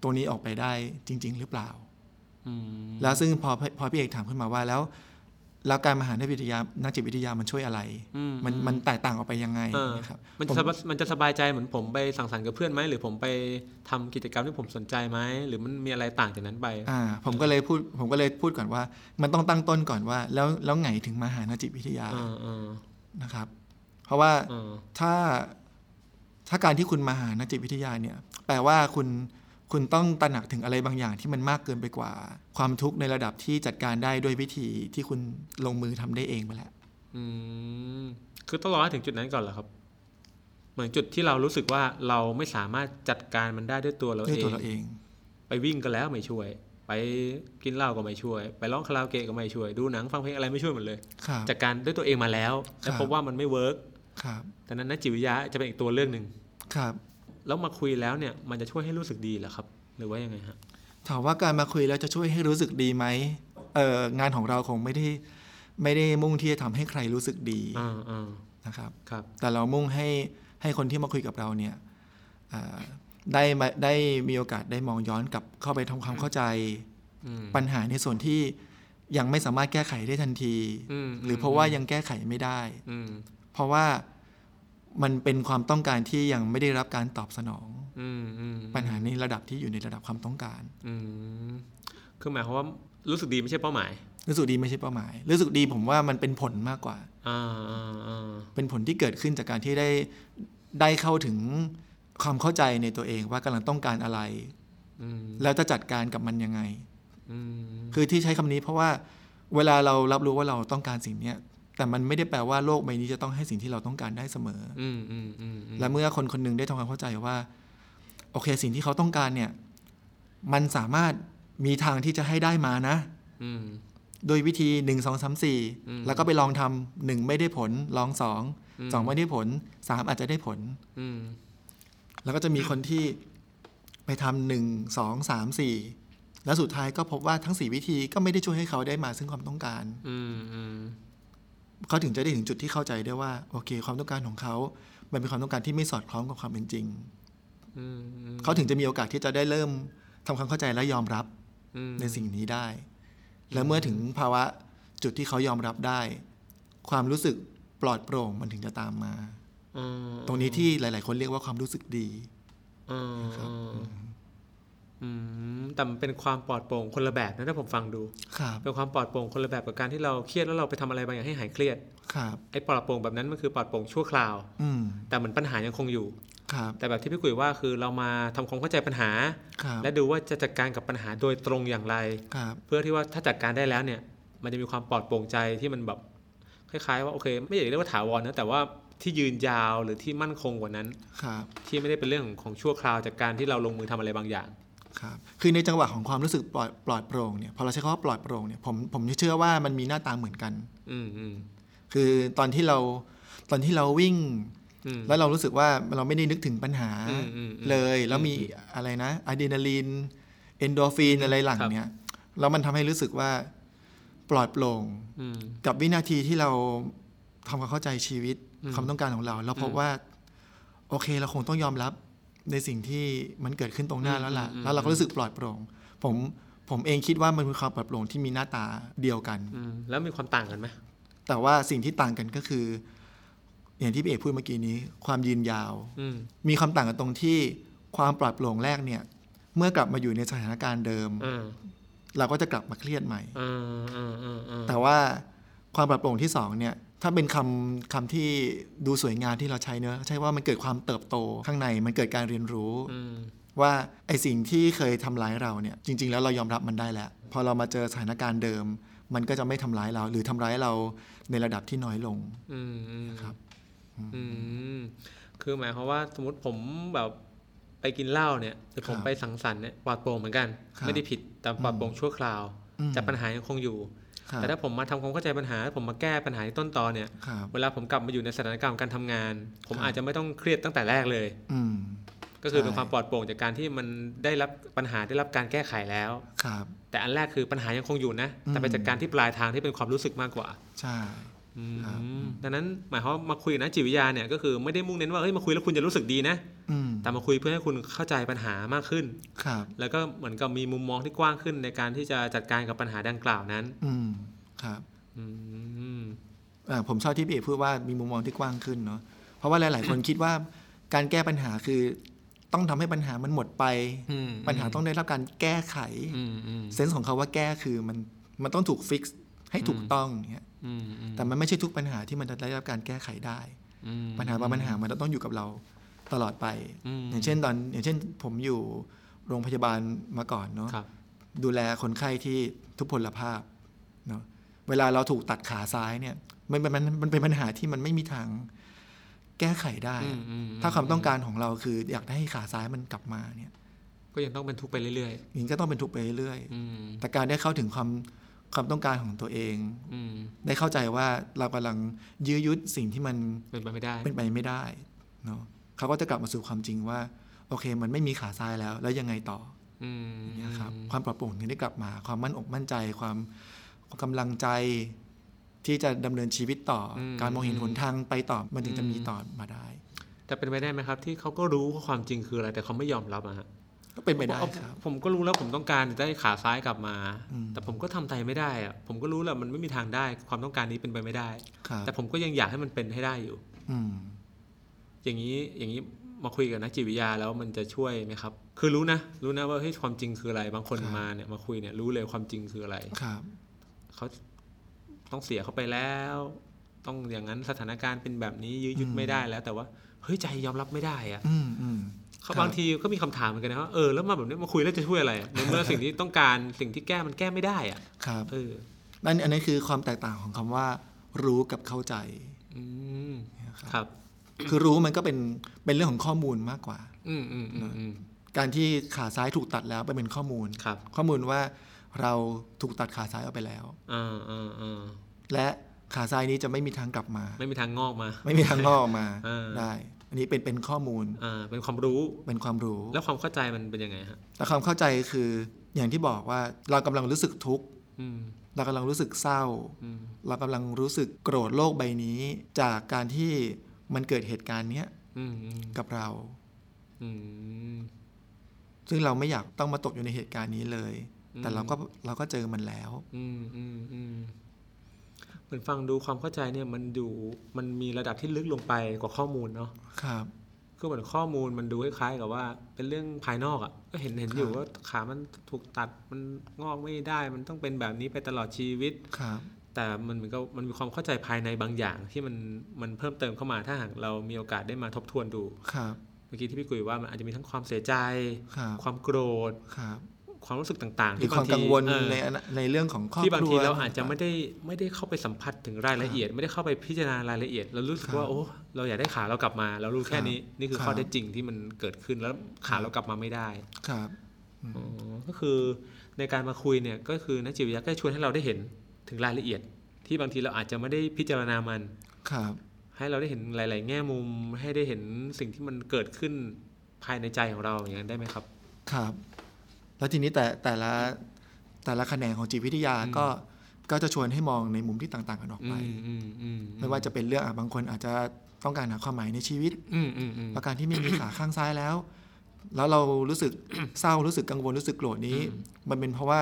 Speaker 2: ตัวนี้ออกไปได้จริง ๆ หรือเปล่า
Speaker 3: อืม
Speaker 2: แล้วซึ่งพอพอพี่เอกถามขึ้นมาว่าแล้ว แล้วการมาหานักวิทยานักจิตวิทยามันช่วยอะไร
Speaker 3: อืม
Speaker 2: มันมันแตกต่างออกไปยังไง
Speaker 3: เออ
Speaker 2: นะครับ
Speaker 3: มันจะ
Speaker 2: ผ
Speaker 3: สบายมันจะสบายใจเหมือนผมไปสังสรรค์กับเพื่อนไหมหรือผมไปทำกิจกรรมที่ผมสนใจไหมหรือมันมีอะไรต่างจากนั้นไป
Speaker 2: อ่าผมก็เลยพูดผมก็เลยพูดก่อนว่า มันต้องตั้งต้นก่อนว่า แล้วแล้วไงถึงมาหานักจิตวิทยา
Speaker 3: เออเออ
Speaker 2: นะครับ เพราะว่า
Speaker 3: เออ
Speaker 2: ถ้าถ้าการที่คุณมาหานักจิตวิทยาเนี่ย แปลว่าคุณคุณต้องตระหนักถึงอะไรบางอย่างที่มันมากเกินไปกว่า ความทุกข์ในระดับที่จัดการได้ด้วยวิธีที่คุณลงมือทำได้เองไปแล้ว
Speaker 3: อืมคือต้องรอให้ถึงจุดนั้นก่อนเหรอครับ เหมือนจุดที่เรารู้สึกว่าเราไม่สามารถจัดการมันได้ด้วยตัวเรา
Speaker 2: ด้วย
Speaker 3: เอ
Speaker 2: ตัว
Speaker 3: ง
Speaker 2: เราเอง
Speaker 3: ไปวิ่งก็แล้วไม่ช่วย ไปกินเหล้าก็ไม่ช่วย ไปร้องคาราโอเกะก็ไม่ช่วย ดูหนังฟังเพลงอะไรไม่ช่วยหมดเลย
Speaker 2: ครับ
Speaker 3: จัดการด้วยตัวเองมาแล้วแล้
Speaker 2: ค
Speaker 3: ว
Speaker 2: รับ
Speaker 3: พบว่ามันไม่เวิร์ก
Speaker 2: ครับ
Speaker 3: แต่นั้นนะจิตวิทยาจะเป็นอีกตัวเรื่องหนึ่ง
Speaker 2: ครับ
Speaker 3: แล้วมาคุยแล้วเนี่ยมันจะช่วยให้รู้สึกดีเหรอครับ หรือว่ายังไงฮะ
Speaker 2: ถามว่าการมาคุยแล้วจะช่วยให้รู้สึกดีไหมเอองานของเราคงไม่ได้ไม่ได้มุ่งที่จะทำให้ใครรู้สึกดี
Speaker 3: อ่าอ่า
Speaker 2: นะครับ
Speaker 3: ครับ
Speaker 2: แต่เรามุ่งให้ให้คนที่มาคุยกับเราเนี่ยอ่าได้มาได้มีโอกาสได้มองย้อนกลับเข้าไปทำความเข้าใจ
Speaker 3: อืม
Speaker 2: ปัญหาในส่วนที่ยังไม่สามารถแก้ไขได้ทันที
Speaker 3: อืม
Speaker 2: หรือเพราะว่ายังแก้ไขไม่ได้
Speaker 3: อืม
Speaker 2: เพราะว่ามันเป็นความต้องการที่ยังไม่ได้รับการตอบสนอง
Speaker 3: อืมอืม
Speaker 2: ปัญหาในระดับที่อยู่ในระดับความต้องการ
Speaker 3: อืมคือหมายความว่ารู้สึกดีไม่ใช่เป้าหมาย
Speaker 2: รู้สึกดีไม่ใช่เป้าหมาย รู้สึกดีผมว่ามันเป็นผลมากกว่า
Speaker 3: อ่าอ่าอ่า
Speaker 2: เป็นผลที่เกิดขึ้นจากการที่ได้ได้เข้าถึงความเข้าใจในตัวเองว่ากำลังต้องการอะไร
Speaker 3: อืม
Speaker 2: แล้วจะจัดการกับมันยังไง
Speaker 3: อืม
Speaker 2: คือที่ใช้คำนี้เพราะว่าเวลาเรารับรู้ว่าเราต้องการสิ่งเนี้ยแต่มันไม่ได้แปลว่าโลกใบนี้จะต้องให้สิ่งที่เราต้องการได้เสมอ
Speaker 3: อืมอืมอืมอืม
Speaker 2: และเมื่อคนคนหนึงได้ทำความเข้าใจว่า โอเคสิ่งที่เขาต้องการเนี่ยมันสามารถมีทางที่จะให้ได้มานะ
Speaker 3: อืม
Speaker 2: โดวยวิธีหนึ่งสองสามสี่
Speaker 3: อืม
Speaker 2: แล้วก็ไปลองทำหนึ่งไม่ได้ผล ลองสอง
Speaker 3: อืม
Speaker 2: สองไม่ได้ผลสามอาจจะได้ผล
Speaker 3: อืม
Speaker 2: แล้วก็จะมีคนที่ไปทำหนึ่งสองสามสี่แล้วสุดท้ายก็พบว่าทั้งสี่วิธีก็ไม่ได้ช่วยให้เขาได้มาซึ่งความต้องการ
Speaker 3: อืมอืม
Speaker 2: เขาถึงจะได้ถึงจุดที่เข้าใจได้ว่าโอเค ความต้องการของเขา มันเป็นความต้องการที่ไม่สอดคล้องกับความเป็นจริง
Speaker 3: อืมอืม
Speaker 2: เขาถึงจะมีโอกาสที่จะได้เริ่มทำความเข้าใจและยอมรับ
Speaker 3: อืม
Speaker 2: ในสิ่งนี้ได้ แล้วเมื่อถึงภาวะจุดที่เขายอมรับได้ ความรู้สึกปลอดโปร่งมันถึงจะตามมา
Speaker 3: อ่า
Speaker 2: ตรงนี้ที่หลาย ๆ คนเรียกว่าความรู้สึกดี
Speaker 3: อ่า
Speaker 2: นะครับ
Speaker 3: อืมแต่มันเป็นความปลอดโปร่งคนละแบบนะถ้าผมฟังดู
Speaker 2: ครับ
Speaker 3: เป็นความปลอดโปร่งคนละแบบกับการที่เราเครียดแล้วเราไปทำอะไรบางอย่างให้หายเครียด
Speaker 2: ครับ
Speaker 3: ไอ้ปลอดโปร่งแบบนั้นมันคือปลอดโปร่งชั่วคราว
Speaker 2: อืม
Speaker 3: แต่เหมือนปัญหายังคงอยู่
Speaker 2: ครับ
Speaker 3: แต่แบบที่พี่กุยว่าคือเรามาทำความเข้าใจปัญหา
Speaker 2: ครับ
Speaker 3: และดูว่าจะจัดการกับปัญหาโดยตรงอย่างไร
Speaker 2: ครับ
Speaker 3: เพื่อที่ว่าถ้าจัดการได้แล้วเนี่ย มันจะมีความปลอดโปร่งใจที่มันแบบคล้ายๆ ว่าโอเค ไม่อยากเรียกว่าถาวรนะแต่ว่าที่ยืนยาวหรือที่มั่นคงกว่านั้น
Speaker 2: ครับ
Speaker 3: ที่ไม่ได้เป็นเรื่องของชั่วคราวจากการที่เราลงมือทำอะไรบางอย่าง
Speaker 2: ครับ คือในจังหวะของความรู้สึกปลอดปลอดโปร่งเนี่ย พอเราใช้คำว่าปลอดโปร่งเนี่ย ผม ผมเชื่อว่ามันมีหน้าตาเหมือนกัน
Speaker 3: อืมอืม
Speaker 2: คือตอนที่เรา ตอนที่เราวิ่ง
Speaker 3: อืม
Speaker 2: แล้วเรารู้สึกว่าเราไม่ได้นึกถึงปัญหา
Speaker 3: อืมอืมอืม
Speaker 2: เลย แล้วมีอะไรนะอะดรีนาลีน เอนโดรฟินอะไรหลัง
Speaker 3: ครับ
Speaker 2: เนี่ยแล้วมันทำให้รู้สึกว่าปลอดโปร่ง
Speaker 3: อืม
Speaker 2: กับวินาทีที่เราทำความเข้าใจชีวิต
Speaker 3: อืม
Speaker 2: ความต้องการของเราเราพบว่า โอเคเราคงต้องยอมรับในสิ่งที่มันเกิดขึ้นตรงหน้าแล้วล่ะ แล้วเราก็รู้สึกปลอดโปร่ง ผมผมเองคิดว่ามันเป็นความปลอดโปร่งที่มีหน้าตาเดียวกัน
Speaker 3: อืมแล้วมีความต่างกันไหม
Speaker 2: แต่ว่าสิ่งที่ต่างกันก็คือ อย่างที่พี่เอกพูดเมื่อกี้นี้ ความยืนยาว
Speaker 3: อืม
Speaker 2: มีความต่างกันตรงที่ความปลอดโปร่งแรกเนี่ย เมื่อกลับมาอยู่ในสถานการณ์เดิม
Speaker 3: อ่า
Speaker 2: เราก็จะกลับมาเครียดใหม่
Speaker 3: อ่าอ่าอ่าอ่า
Speaker 2: แต่ว่าความปลอดโปร่งที่สองเนี่ยถ้าเป็นคำคำที่ดูสวยงามที่เราใช้เนอะใช่ว่ามันเกิดความเติบโตข้างในมันเกิดการเรียนรู้
Speaker 3: อืม
Speaker 2: ว่าไอสิ่งที่เคยทำร้ายเราเนี่ยจริง ๆ แล้วเรายอมรับมันได้แล้ว พอเรามาเจอสถานการณ์เดิม มันก็จะไม่ทำร้ายเรา หรือทำร้ายเราในระดับที่น้อยลง
Speaker 3: อืมอืม
Speaker 2: ครับ
Speaker 3: อืมคือหมายความว่าสมมติผมแบบไปกินเหล้าเนี่ยหรือผม
Speaker 2: ครับ
Speaker 3: ไปสังสรรค์เนี่ยปลอดโปร่งเหมือนกัน
Speaker 2: ครับ
Speaker 3: ไม่ได้ผิดแต่ปลอดโปร่งชั่วคราว
Speaker 2: อืม
Speaker 3: แต่ปัญหายังคงอยู่
Speaker 2: ครับ
Speaker 3: แต่ถ้าผมมาทำความเข้าใจปัญหา ผมมาแก้ปัญหาที่ต้นตอเนี่ย
Speaker 2: ครับ
Speaker 3: เวลาผมกลับมาอยู่ในสถานการณ์ของการทำงาน ผม
Speaker 2: ครับ
Speaker 3: อาจจะไม่ต้องเครียดตั้งแต่แรกเลย
Speaker 2: อืม
Speaker 3: ก็คือ
Speaker 2: ใช่
Speaker 3: เป็นความปลอดโปร่งจากการที่มันได้รับปัญหาได้รับการแก้ไขแล้ว
Speaker 2: ครับ
Speaker 3: แต่อันแรกคือปัญหายังคงอยู่นะ แต่ไป
Speaker 2: อืม
Speaker 3: จัดการที่ปลายทางที่เป็นความรู้สึกมากกว่า
Speaker 2: ใช่
Speaker 3: อืม
Speaker 2: ครับ
Speaker 3: ดังนั้นหมายความว่ามาคุยกับนะจิตวิทยาเนี่ยก็คือไม่ได้มุ่งเน้นว่าเฮ้ยมาคุยแล้วคุณจะรู้สึกดีนะ
Speaker 2: อืม
Speaker 3: แต่มาคุยเพื่อให้คุณเข้าใจปัญหามากขึ้น
Speaker 2: ครับ
Speaker 3: แล้วก็เหมือนกับมีมุมมองที่กว้างขึ้นในการที่จะจัดการกับปัญหาดังกล่าวนั้น
Speaker 2: อืมครับ
Speaker 3: อืม
Speaker 2: อ่าผมชอบที่พี่เอกพูดว่ามีมุมมองที่กว้างขึ้นเนาะเพราะว่าหลาย ๆ คนคิดว่าการแก้ปัญหาคือต้องทำให้ปัญหามันหมดไป
Speaker 3: อืม
Speaker 2: ปัญหาต้องได้รับการแก้ไข
Speaker 3: อืมอืม
Speaker 2: เซนส์ของเขาว่าแก้คือมันมันต้องถูกฟิกซ์ให้ถูกต้องอย่างเงี้ย
Speaker 3: อืมอืม
Speaker 2: แต่มันไม่ใช่ทุกปัญหาที่มันจะได้รับการแก้ไขได้
Speaker 3: อืม
Speaker 2: ปัญหาบางปัญหามันต้องอยู่กับเราตลอดไป
Speaker 3: อืม
Speaker 2: อย่างเช่นตอนอย่างเช่นผมอยู่โรงพยาบาลมาก่อนเนาะ
Speaker 3: ครับ
Speaker 2: ดูแลคนไข้ที่ทุพพลภาพเนาะเวลาเราถูกตัดขาซ้ายเนี่ยมันเป็นมันมันเป็นปัญหาที่มันไม่มีทางแก้ไขได้
Speaker 3: อืมอืม
Speaker 2: ถ้าความต้องการของเราคืออยากได้ให้ขาซ้ายมันกลับมาเนี่ย
Speaker 3: ก็ยังต้องเป็นทุกข์ไปเรื่อย
Speaker 2: มันก็ต้องเป็นทุกข์ไปเรื่อย
Speaker 3: ๆ อืม
Speaker 2: แต่การได้เข้าถึงความความต้องการของตัวเอง
Speaker 3: อืม
Speaker 2: ได้เข้าใจว่าเรากำลังยื้อยุดสิ่งที่มัน
Speaker 3: เป็นไปไม่ได้
Speaker 2: เป็นไปไม่ได้เนาะเขาก็จะกลับมาสู่ความจริงว่า โอเค มันไม่มีขาซ้ายแล้ว แล้วยังไงต่อ
Speaker 3: อืม
Speaker 2: เนี่ยครับความปลอดโปร่งถึงได้กลับมา ความมั่นอกมั่นใจความความกำลังใจที่จะดำเนินชีวิตต่ออ
Speaker 3: ม
Speaker 2: การมองเห็น
Speaker 3: อืม
Speaker 2: หนทางไปต่อมันถึงจะ
Speaker 3: อืม
Speaker 2: มีต่อมาได้
Speaker 3: แต่เป็นไปได้ไหมครับ ที่เขาก็รู้ว่าความจริงคืออะไร แต่เขาไม่ยอมรับอะฮะ
Speaker 2: ก็เป็นไปได้
Speaker 3: ผม
Speaker 2: ครับ
Speaker 3: ผมก็รู้แล้วผมต้องการได้ขาซ้ายกลับมา
Speaker 2: อืม
Speaker 3: แต่ผมก็ทำใจไม่ได้อะผมก็รู้แหละมันไม่มีทางได้ ความต้องการนี้เป็นไปไม่ได้
Speaker 2: ครับ
Speaker 3: แต่ผมก็ยังอยากให้มันเป็นให้ได้อยู่
Speaker 2: อืม
Speaker 3: อย่างนี้อย่างนี้มาคุยกับนักจิตวิทยาแล้วมันจะช่วยไหมครับ คือรู้นะ รู้นะว่าเฮ้ยความจริงคืออะไรบางคนมาเนี่ยมาคุยเนี่ยรู้เลยความจริงคืออะไร
Speaker 2: ครับ
Speaker 3: เขาต้องเสียเขาไปแล้ว ต้องอย่างนั้นสถานการณ์เป็นแบบนี้ยื้อยุด
Speaker 2: อืม
Speaker 3: ไม่ได้แล้ว แต่ว่าเฮ้ยใจยอมรับไม่ได้อะ
Speaker 2: อืมอืมครับ
Speaker 3: เขาางทีก็มีคำถามเหมือนกันนะว่าเออแล้วมาแบบนี้มาคุยแล้วจะช่วยอะไรในเมื่อ สิ่งที่ต้องการสิ่งที่แก้มันแก้ไม่ได้อะ
Speaker 2: ครับ
Speaker 3: เออ
Speaker 2: นั่นอันนี้คือความแตกต่างของคำว่า รู้กับเข้าใจ
Speaker 3: อืม
Speaker 2: นะค
Speaker 3: ครับ รับ
Speaker 2: คือรู้มันก็เป็นเป็นเรื่องของข้อมูลมากกว่า
Speaker 3: อืมอืมอืมอืม
Speaker 2: การที่ขาซ้ายถูกตัดแล้วไปเป็นข้อมูล
Speaker 3: ครับ
Speaker 2: ข้อมูลว่าเราถูกตัดขาซ้ายออกไปแล้ว
Speaker 3: อ่าอ่าอ่า
Speaker 2: และขาซ้ายนี้จะไม่มีทางกลับมา
Speaker 3: ไม่มีทางงอกมา
Speaker 2: ไม่มีทางงอกออกมา
Speaker 3: เออ
Speaker 2: ได้ อันนี้เป็นเป็นข้อมูล
Speaker 3: อ่าเป็นความรู้
Speaker 2: เป็นความรู้
Speaker 3: แล้วความเข้าใจมันเป็นยังไงฮะ
Speaker 2: แต่ความเข้าใจคืออย่างที่บอกว่าเรากำลังรู้สึกทุกข์
Speaker 3: อืม
Speaker 2: เรากำลังรู้สึกเศร้า
Speaker 3: อืม
Speaker 2: เรากำลังรู้สึกโกรธโลกใบนี้ จากการที่มันเกิดเหตุการณ์เนี้ย
Speaker 3: อืมอืม
Speaker 2: กับเรา
Speaker 3: อืม
Speaker 2: ซึ่งเราไม่อยากต้องมาตกอยู่ในเหตุการณ์นี้เลย
Speaker 3: อืม
Speaker 2: แต่เราก็เราก็เจอมันแล้ว
Speaker 3: อืมอืมอืมเหมือนฟังดูความเข้าใจเนี่ยมันดูมันมีระดับที่ลึกลงไปกว่าข้อมูลเนาะ
Speaker 2: ครับ
Speaker 3: คือเหมือนข้อมูลมันดูคล้ายๆกับว่า เป็นเรื่องภายนอกอะ่ะก็เห็นเห็นอยู่
Speaker 2: ครับ
Speaker 3: ว่าขามันถูกตัดมันงอกไม่ได้ มันต้องเป็นแบบนี้ไปตลอดชีวิต
Speaker 2: ครับ
Speaker 3: แต่มันเหมือนกับมันมีความเข้าใจภายในบางอย่างที่มันมันเพิ่มเติมเข้ามาถ้าหากเรามีโอกาสได้มาทบทวนดู
Speaker 2: ครับ
Speaker 3: เมื่อกี้ที่พี่กุยว่ามันอาจจะมีทั้งความเสียใจ
Speaker 2: ครับ
Speaker 3: ความโกรธ
Speaker 2: ครับ
Speaker 3: ความรู้สึกต่างๆ
Speaker 2: หรือ
Speaker 3: ที่
Speaker 2: ความ
Speaker 3: บที
Speaker 2: กังวล
Speaker 3: เออ
Speaker 2: ในในเรื่องของครอบครัว
Speaker 3: ที่บางทีเราอาจจะไม่ได้ไม่ได้เข้าไปสัมผัสถึงรายละเอียด ไม่ได้เข้าไปพิจารณารายละเอียด เรารู้สึกว่า
Speaker 2: ครับ
Speaker 3: โอ้เราอยากได้ขาเรากลับมาเรารู้แค่นี้นี่คื
Speaker 2: ค
Speaker 3: อ
Speaker 2: รับ
Speaker 3: ข้อเท็จจริงที่มันเกิดขึ้นแล้วขาเรากลับมาไม่ได้
Speaker 2: ครับ
Speaker 3: อ๋อก็คือในการมาคุยเนี่ยก็คือนักจิตวิทยาก็ชวนให้เราได้เห็นถึงรายละเอียด ที่บางทีเราอาจจะไม่ได้พิจารณามัน
Speaker 2: ครับ
Speaker 3: ให้เราได้เห็นหลาย ๆ แง่มุม ให้ได้เห็นสิ่งที่มันเกิดขึ้นภายในใจของเราอย่างนั้นได้ไหมครับ
Speaker 2: ครับ แล้วทีนี้แต่แต่ละแต่ละแขนงของจิตวิทยา
Speaker 3: อืม
Speaker 2: ก็ก็จะชวนให้มองในมุมที่ต่าง ๆ กันออก
Speaker 3: อื
Speaker 2: ไป
Speaker 3: มอืมอืม
Speaker 2: ไม่ว่าจะเป็นเรื่องอ่ะบางคนอาจจะต้องการหาความหมายในชีวิต
Speaker 3: อืมอืมอืม
Speaker 2: ประการที่ไม่มี ขาข้างซ้ายแล้ว แล้วเรารู้สึก เศร้ารู้สึกกังวลรู้สึกโกรธนี้
Speaker 3: อืม
Speaker 2: มันเป็นเพราะว่า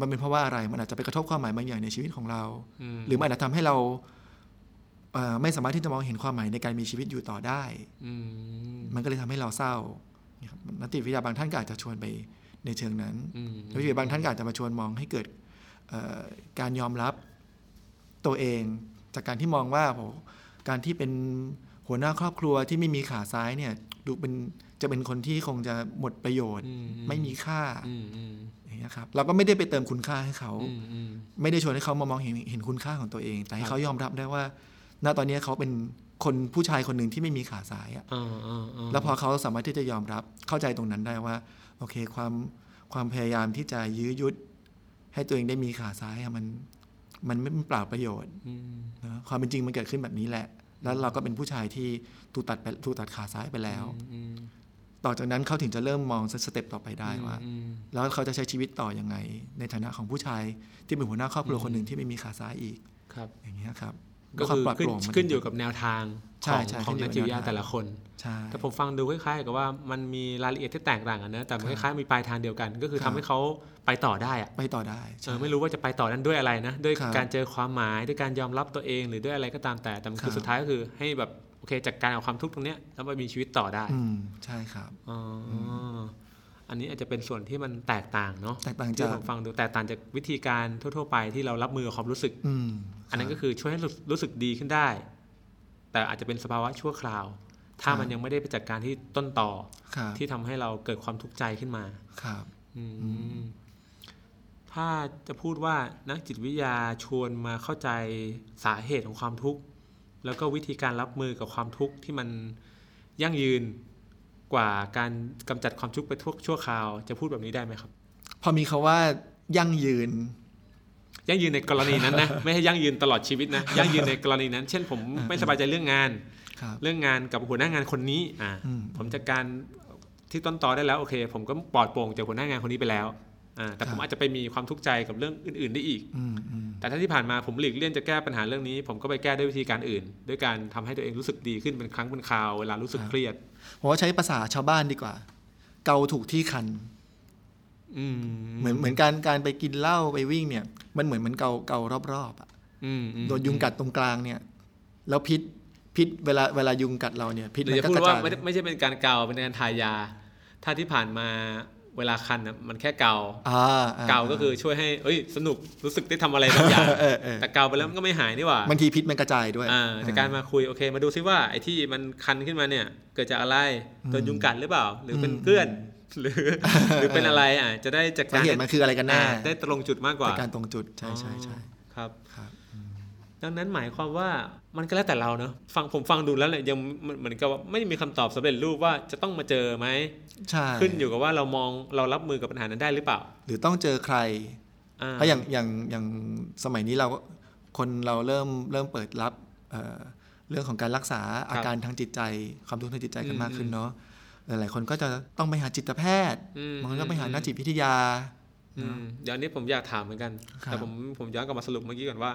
Speaker 2: มันเป็นเพราะว่าอะไรมันอาจจะไปกระทบความหมายบางอย่างในชีวิตของเรา
Speaker 3: ม
Speaker 2: หรือมันอาจจะทำให้เราเอ่อไม่สามารถที่จะมองเห็นความหมายในการมีชีวิตอยู่ต่อได้
Speaker 3: อืม
Speaker 2: มันก็เลยทำให้เราเศร้านะครับนักจิตวิทยาบางท่านก็อาจจะชวนไปในเชิงนั้น
Speaker 3: อืม
Speaker 2: แล้วอยู่บางท่านก็อาจจะมาชวนมองให้เกิดเอ่อการยอมรับตัวเอง จากการที่มองว่าโหการที่เป็นหัวหน้าครอบครัวที่ไม่มีขาซ้ายเนี่ยดูเป็นจะเป็นคนที่คงจะหมดประโยชน์
Speaker 3: อื
Speaker 2: ไม่มีค่า
Speaker 3: อืมอืม
Speaker 2: อย่างเงี้ยครับเราก็ไม่ได้ไปเติมคุณค่าให้เขา
Speaker 3: อืมอืม
Speaker 2: ไม่ได้ชวนให้เขามามองเห็นเห็นคุณค่าของตัวเอง แต่ให้
Speaker 3: ครับ
Speaker 2: เขายอมรับได้ว่า ณตอนนี้เขาเป็นคนผู้ชายคนหนึ่งที่ไม่มีขาซ้ายอะ
Speaker 3: อ่าอ่าอ่า
Speaker 2: แล้วพอเขาสามารถที่จะยอมรับเข้าใจตรงนั้นได้ว่า โอเคความความพยายามที่จะยื้อยุด ให้ตัวเองได้มีขาซ้ายอะมันมันไม่เปล่าประโยชน์
Speaker 3: อืม
Speaker 2: นะความเป็นจริงมันเกิดขึ้นแบบนี้แหละ แล้วเราก็เป็นผู้ชายที่ถูกตัดไปถูกตัดขาซ้ายไปแล้ว
Speaker 3: อืม
Speaker 2: ต่อจากนั้นเขาถึงจะเริ่มมองสเต็ปต่อไปได้ว่า
Speaker 3: อืม
Speaker 2: แล้วเขาจะใช้ชีวิตต่อยังไง ในฐานะของผู้ชายที่เป็นหัวหน้าครอบครัวคนหนึ่งที่ไม่มีขาซ้ายอีก
Speaker 3: ครับ
Speaker 2: อย่างเงี้ยครับ
Speaker 3: ก็
Speaker 2: ความ
Speaker 3: คือ
Speaker 2: ปลอดโปร่ง
Speaker 3: ขึ้น
Speaker 2: มัน
Speaker 3: ขึ้นอยู่กับแนวทาง
Speaker 2: ใช่
Speaker 3: ของ
Speaker 2: ใช่
Speaker 3: ของ
Speaker 2: ขึ้นอยู่กั
Speaker 3: นัก
Speaker 2: บ
Speaker 3: จิตวิ
Speaker 2: แนวย
Speaker 3: ทา
Speaker 2: ทาง
Speaker 3: แต่ละคน
Speaker 2: ใช่
Speaker 3: แต่ผมฟังดูคล้ายๆกับว่ามันมีรายละเอียดที่แตกต่างกันนะแต่มัน
Speaker 2: ค
Speaker 3: ครับ ล้ายๆมีปลายทางเดียวกัน ก็คือ
Speaker 2: ค
Speaker 3: ทำ
Speaker 2: รับ
Speaker 3: ให้เขาไปต่อได้อะ
Speaker 2: ไปต่อได้
Speaker 3: เอ
Speaker 2: ใช่
Speaker 3: อไม่รู้ว่าจะไปต่อนั้นด้วยอะไรนะ ด้วย
Speaker 2: ครับ
Speaker 3: การเจอความหมายด้วยการยอมรับตัวเองหรือด้วยอะไรก็ตามแต่แต่มันคื
Speaker 2: ครั
Speaker 3: อบ สุดท้ายก็คือให้แบบโอเคจัดการเอาความทุกข์ตรงเนี้ยแล้วไปมีชีวิตต่อได้
Speaker 2: อืมใช่ครับ
Speaker 3: อ๋อออันนี้อาจจะเป็นส่วนที่มันแตกต่างเนาะ
Speaker 2: แตกต่าง
Speaker 3: ที่
Speaker 2: จาก
Speaker 3: ผมฟังดูแตกต่างจากวิธีการทั่ว ๆ ไปที่เรารับมือกับความรู้สึก
Speaker 2: อืม
Speaker 3: อันนั้น
Speaker 2: ครับ
Speaker 3: ก็คือช่วยให้รู้รู้สึกดีขึ้นได้ แต่อาจจะเป็นสภาวะชั่วคราว
Speaker 2: ค
Speaker 3: ถ้า
Speaker 2: รับ
Speaker 3: มันยังไม่ได้ไปจัดการที่ต้นต่อ
Speaker 2: ครับ
Speaker 3: ที่ทำให้เราเกิดความทุกข์ใจขึ้นมา
Speaker 2: ครับ
Speaker 3: อืมถ้าจะพูดว่านักจิตวิทยาชวนมาเข้าใจสาเหตุของความทุกข์ แล้วก็วิธีการรับมือกับความทุกข์ที่มันยั่งยืนกว่าการกำจัดความทุกข์ไปทุกชั่วคราว จะพูดแบบนี้ได้ไหมครับ
Speaker 2: พอมีคาว่ายั่งยืน
Speaker 3: ยั่งยืนในกรณีนั้นนะ ไม่ให้ยั่งยืนตลอดชีวิ ตนะ ยั่งยืนในกรณีนั้น เช่น ผมไม่สบายใจเรื่องงาน
Speaker 2: ครับ
Speaker 3: เรื่องงานกับหัวหน้างานคนนี้ อ่า
Speaker 2: อืม
Speaker 3: ผมจัดการที่ต้นตอได้แล้วโอเค ผมก็ปลอดโปร่งจากหัวหน้างานคนนี้ไปแล้ว อ่า แต่
Speaker 2: ครับ
Speaker 3: ผมอาจจะไปมีความทุกข์ใจกับเรื่องอื่น ๆ ได้อีก
Speaker 2: อืมอืม
Speaker 3: แต่ถ้าที่ผ่านมาผมหลีกเลี่ยงจะแก้ปัญหาเรื่องนี้ ผมก็ไปแก้ด้วยวิธีการอื่น ด้วยการทำให้ตัวเองรู้สึกดีขึ้นเป็นครั้งเป็นคราวเวลารู้สึกเครียด
Speaker 2: ผมว่าใช้ภาษาชาวบ้านดีกว่า เกาถูกที่คัน
Speaker 3: อืม
Speaker 2: เหมือนเหมือนการการไปกินเหล้าไปวิ่งเนี่ย มันเหมือนมันเกาเการอบๆอะ
Speaker 3: อืมอืม
Speaker 2: โดนยุงกัดตรงกลางเนี่ย แล้วพิษพิษเวลาเวลายุงกัดเราเนี่ยพิษ
Speaker 3: หรื
Speaker 2: มั
Speaker 3: อน
Speaker 2: ก็
Speaker 3: จะพูด
Speaker 2: กระ
Speaker 3: ว่า
Speaker 2: จาย
Speaker 3: ไม่ได้ไม่ใช่เป็นการเกาเป็นการทายา ถ้าที่ผ่านมาเวลาคันน่ะมันแค่เกา
Speaker 2: อ่าอ่
Speaker 3: เกาก็คือช่วยให้เอ้ย สนุกรู้สึกได้ทำอะไรบางอย่าง
Speaker 2: เออเออ
Speaker 3: แต่เกาไปแล้วมันก็ไม่หายนี่หว่า
Speaker 2: บางทีพิษมันกระจายด้วย
Speaker 3: อ่าแต่การมาคุยโอเค มาดูซิว่าไอ้ที่มันคันขึ้นมาเนี่ย เกิดจากอะไรโดนยุงกัดหรือเปล่า หรือเป็น
Speaker 2: อืม
Speaker 3: เกลื่อน หรือ หรือเป็นอะไรอ่ะจะได้จัดกา
Speaker 2: สารเหตุมันคืออะไรกันแน่
Speaker 3: อ่าได้ตรงจุดมากกว่า
Speaker 2: แต่การตรงจุดใช่ใช่ใช่
Speaker 3: อ๋อครับ
Speaker 2: ครับ
Speaker 3: ดังนั้นหมายความว่ามันก็แล้วแต่เราเนอะฟังผมฟังดูแล้วเนี่ยยังเหมือนเหมือนกับว่าไม่มีคำตอบสำเร็จรูปว่าจะต้องมาเจอไหม
Speaker 2: ใช่
Speaker 3: ขึ้นอยู่กับว่าเรามองเรารับมือกับปัญหานั้นได้หรือเปล่า
Speaker 2: หรือต้องเจอใคร
Speaker 3: อ่า
Speaker 2: ถ้าอย่างอย่างอย่างสมัยนี้เราก็คนเราเริ่มเริ่มเปิดรับเอ่อเรื่องของการรักษาอาการทางจิตใจ ความทุกข์ทางจิตใจกัน
Speaker 3: อืม
Speaker 2: มากขึ้นเนาะหลายๆคนก็จะต้องไปหาจิตแพทย์
Speaker 3: อืม
Speaker 2: บางคนก็ไปหา
Speaker 3: อืม
Speaker 2: นักจิตวิทยา
Speaker 3: อืมเดี๋ยวอันนี้ผมอยากถามเหมือนกัน
Speaker 2: ครับ
Speaker 3: แต่ผมผมย้อนกลับมาสรุปเมื่อกี้ก่อนว่า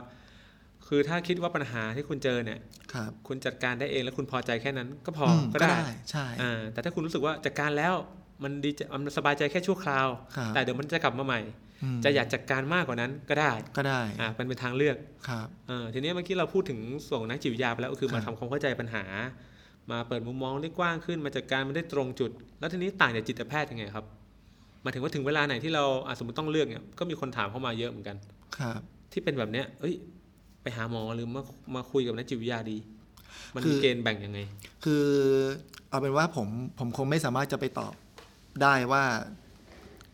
Speaker 3: คือถ้าคิดว่าปัญหาที่คุณเจอเนี่ย
Speaker 2: ครับ
Speaker 3: คุณจัดการได้เองแล้วคุณพอใจแค่นั้นก็พอ
Speaker 2: ม
Speaker 3: ก็ได้
Speaker 2: ใช่
Speaker 3: อ่าแต่ถ้าคุณรู้สึกว่าจัดการแล้วมันดีใจมันสบายใจแค่ชั่วคราว
Speaker 2: ครับ
Speaker 3: แต่เดี๋ยวมันจะกลับมาใหม่
Speaker 2: อืม
Speaker 3: จะอยากจัดการมากกว่านั้นก็ได้
Speaker 2: ก็ได้
Speaker 3: อ่าเป็นเป็นทางเลือก
Speaker 2: ครับ
Speaker 3: อ่าทีนี้เมื่อกี้เราพูดถึงส่วนของนักจิตวิทยาไปแล้วก็คือ
Speaker 2: ครับ
Speaker 3: มาทำความเข้าใจปัญหา มาเปิดมุมมองได้กว้างขึ้นมาจัดการมันได้ตรงจุด แล้วทีนี้ต่างจากจิตแพทย์ยังไงครับหมายถึงว่าถึงเวลาไหนที่เราอ่ะสมมติต้องเลือกเนี่ยก็มีคนถามเข้ามาเยอะเหมือนกัน
Speaker 2: ครับ
Speaker 3: ที่เป็นแบบเนี้ย เอ้ย ไปหาหมอหรือมา มาคุยกับนักจิตวิทยาดี มัน
Speaker 2: คื
Speaker 3: มี
Speaker 2: อ
Speaker 3: เกณฑ์แบ่งยังไง
Speaker 2: คือเอาเป็นว่าผมผมคงไม่สามารถจะไปตอบได้ว่า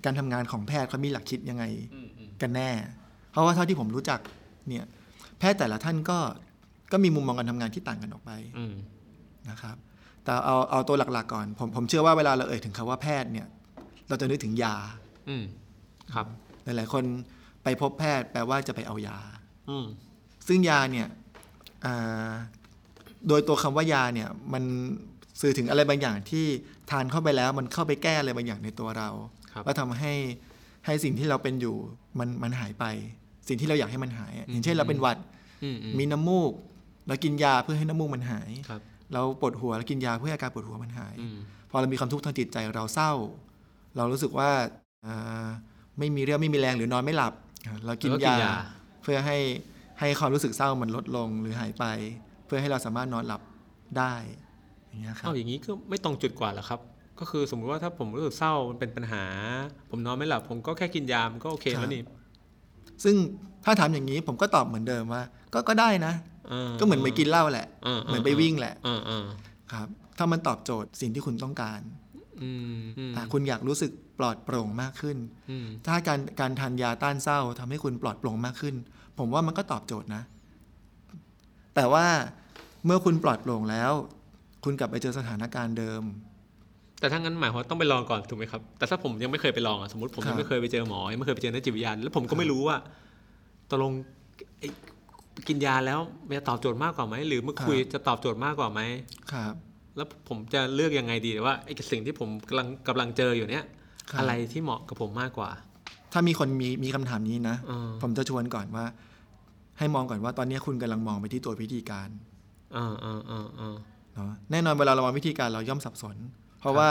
Speaker 2: การทำงานของแพทย์เขามีหลักคิดยังไง กันแน่ เพราะว่าเท่าที่ผมรู้จักเนี่ยแพทย์แต่ละท่านก็ก็มีมุมมองการทำงานที่ต่างกันออกไป
Speaker 3: อืม
Speaker 2: นะครับ แต่เอาเอาตัวหลักๆก่อน ผมผมเชื่อว่าเวลาเราเอ่ยถึงคำว่าแพทย์เนี่ยเราจะนึกถึงยา
Speaker 3: อืม ครับ
Speaker 2: หลายๆคนไปพบแพทย์แปลว่าจะไปเอายา
Speaker 3: อืม
Speaker 2: ซึ่งยาเนี่ยอ่าโดยตัวคำว่ายาเนี่ยมันสื่อถึงอะไรบางอย่างที่ทานเข้าไปแล้ว มันเข้าไปแก้อะไรบางอย่างในตัวเรา
Speaker 3: ครับ
Speaker 2: ว่าทำให้ให้สิ่งที่เราเป็นอยู่มันมันหายไป สิ่งที่เราอยากให้มันหายอะอย่างเช่นเราเป็นหวัด
Speaker 3: อืมอื
Speaker 2: มีน้ำมูก เรากินยาเพื่อให้น้ำมูกมันหาย
Speaker 3: ครับ
Speaker 2: เราปวดหัวเรากินยาเพื่ออาการปวดหัวมันหาย
Speaker 3: อืม
Speaker 2: พอเรามีความทุกข์ทางจิตใจเราเศร้า เรารู้สึกว่าอ่าไม่มีเรี่ยวไม่มีแรงหรือนอนไม่หลับอ่าเรากิน
Speaker 3: เรากิ
Speaker 2: ยา
Speaker 3: นยา
Speaker 2: เพื่อให้ให้ความรู้สึกเศร้ามันลดลงหรือหายไป เพื่อให้เราสามารถนอนหลับได้อย่างเงี้ยครับ
Speaker 3: เอาอย่างนี้ก็ไม่ตรงจุดกว่าเหรอครับ ก็คือสมมติว่าถ้าผมรู้สึกเศร้ามันเป็นปัญหา ผมนอนไม่หลับ ผมก็แค่กินยา มันก็โอเคแล้วนี่
Speaker 2: ซึ่งถ้าถามอย่างนี้ผมก็ตอบเหมือนเดิมว่า ก็ก็ได้นะ ก็เหมือนไปกินเหล้าแหละ
Speaker 3: าา
Speaker 2: เหมือนไปวิ่งแหละ
Speaker 3: อ่าอ่า
Speaker 2: ครับ ถ้ามันตอบโจทย์สิ่งที่คุณต้องการ
Speaker 3: อืมอืม
Speaker 2: อ่ะคุณอยากรู้สึกปลอดโปร่งมากขึ้น
Speaker 3: อืม
Speaker 2: ถ้าการการทานยาต้านเศร้าทำให้คุณปลอดโปร่งมากขึ้น ผมว่ามันก็ตอบโจทย์นะ แต่ว่าเมื่อคุณปลอดโปร่งแล้ว คุณกลับไปเจอสถานการณ์เดิม
Speaker 3: แต่ถ้างั้นหมายความว่าต้องไปลองก่อนถูกไหมครับ แต่ถ้าผมยังไม่เคยไปลองอ่ะสมมติผม
Speaker 2: ครั
Speaker 3: ยั
Speaker 2: บ
Speaker 3: งไม่เคยไปเจอหมอยังไม่เคยไปเจอนักจิตวิทยาแล้วผม
Speaker 2: ครั
Speaker 3: ก็
Speaker 2: บ
Speaker 3: ไม่รู้ว่าตกลงไอ้กินยาแล้วมันจะตอบโจทย์มากกว่าไหมหรือเมื่อคุยจะตอบโจทย์มากกว่าไหม
Speaker 2: ครับ
Speaker 3: แล้วผมจะเลือกยังไงดีว่าไอ้สิ่งที่ผมกำลังกำลังเจออยู่เนี้ย
Speaker 2: ครับ
Speaker 3: อะไรที่เหมาะกับผมมากกว่า
Speaker 2: ถ้ามีคนมีมีคำถามนี้นะ
Speaker 3: อืม
Speaker 2: ผมจะชวนก่อนว่า ให้มองก่อนว่าตอนนี้คุณกำลังมองไปที่ตัววิธีการ
Speaker 3: อ่าอ่าอ่าอ่า
Speaker 2: เนาะแน่นอนเวลาเรามองวิธีการเราย่อมสับสน เพราะว่า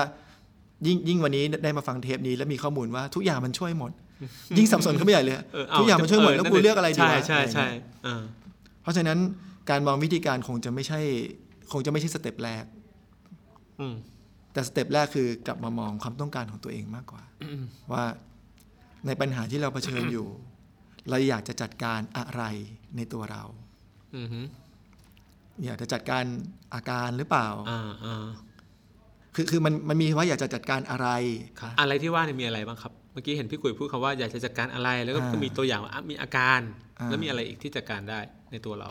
Speaker 2: ยิ่งยิ่งวันนี้ได้มาฟังเทปนี้แล้วมีข้อมูลว่าทุกอย่างมันช่วย หมด ยิ่งสับสนเข้าไปใหญ่เลย
Speaker 3: เเ
Speaker 2: ทุกอย่างมันช่วยหมดแล้วกูเลือกอะไรดี
Speaker 3: ใช่
Speaker 2: วะ
Speaker 3: ใช่
Speaker 2: อะไรอย่าง
Speaker 3: ใช่
Speaker 2: เงี้ย
Speaker 3: เออ
Speaker 2: เพราะฉะนั้นการมองวิธีการคงจะไม่ใช่ คงจะไม่ใช่สเต็ปแรก
Speaker 3: อืม
Speaker 2: แต่สเต็ปแรกคือกลับมามองความต้องการของตัวเองมากกว่า ว่าในปัญหาที่เราเผชิญอยู่ เราอยากจะจัดการอะไรในตัวเรา
Speaker 3: อืมฮึ
Speaker 2: อยากจะจัดการอาการหรือเปล่า
Speaker 3: อ่าอ่า
Speaker 2: คือคือมันมันมีว่าอยากจะจัดการอะไร
Speaker 3: อะไรที่ว่าเนี่ยมีอะไรบ้างครับ เมื่อกี้เห็นพี่กุยพูดคำว่าอยากจะจัดการอะไร แล้วก็
Speaker 2: อ่า
Speaker 3: ก็มีตัวอย่างว่าอ่ะมีอาการ
Speaker 2: อ่า
Speaker 3: แล้วมีอะไรอีกที่จัดการได้ในตัวเรา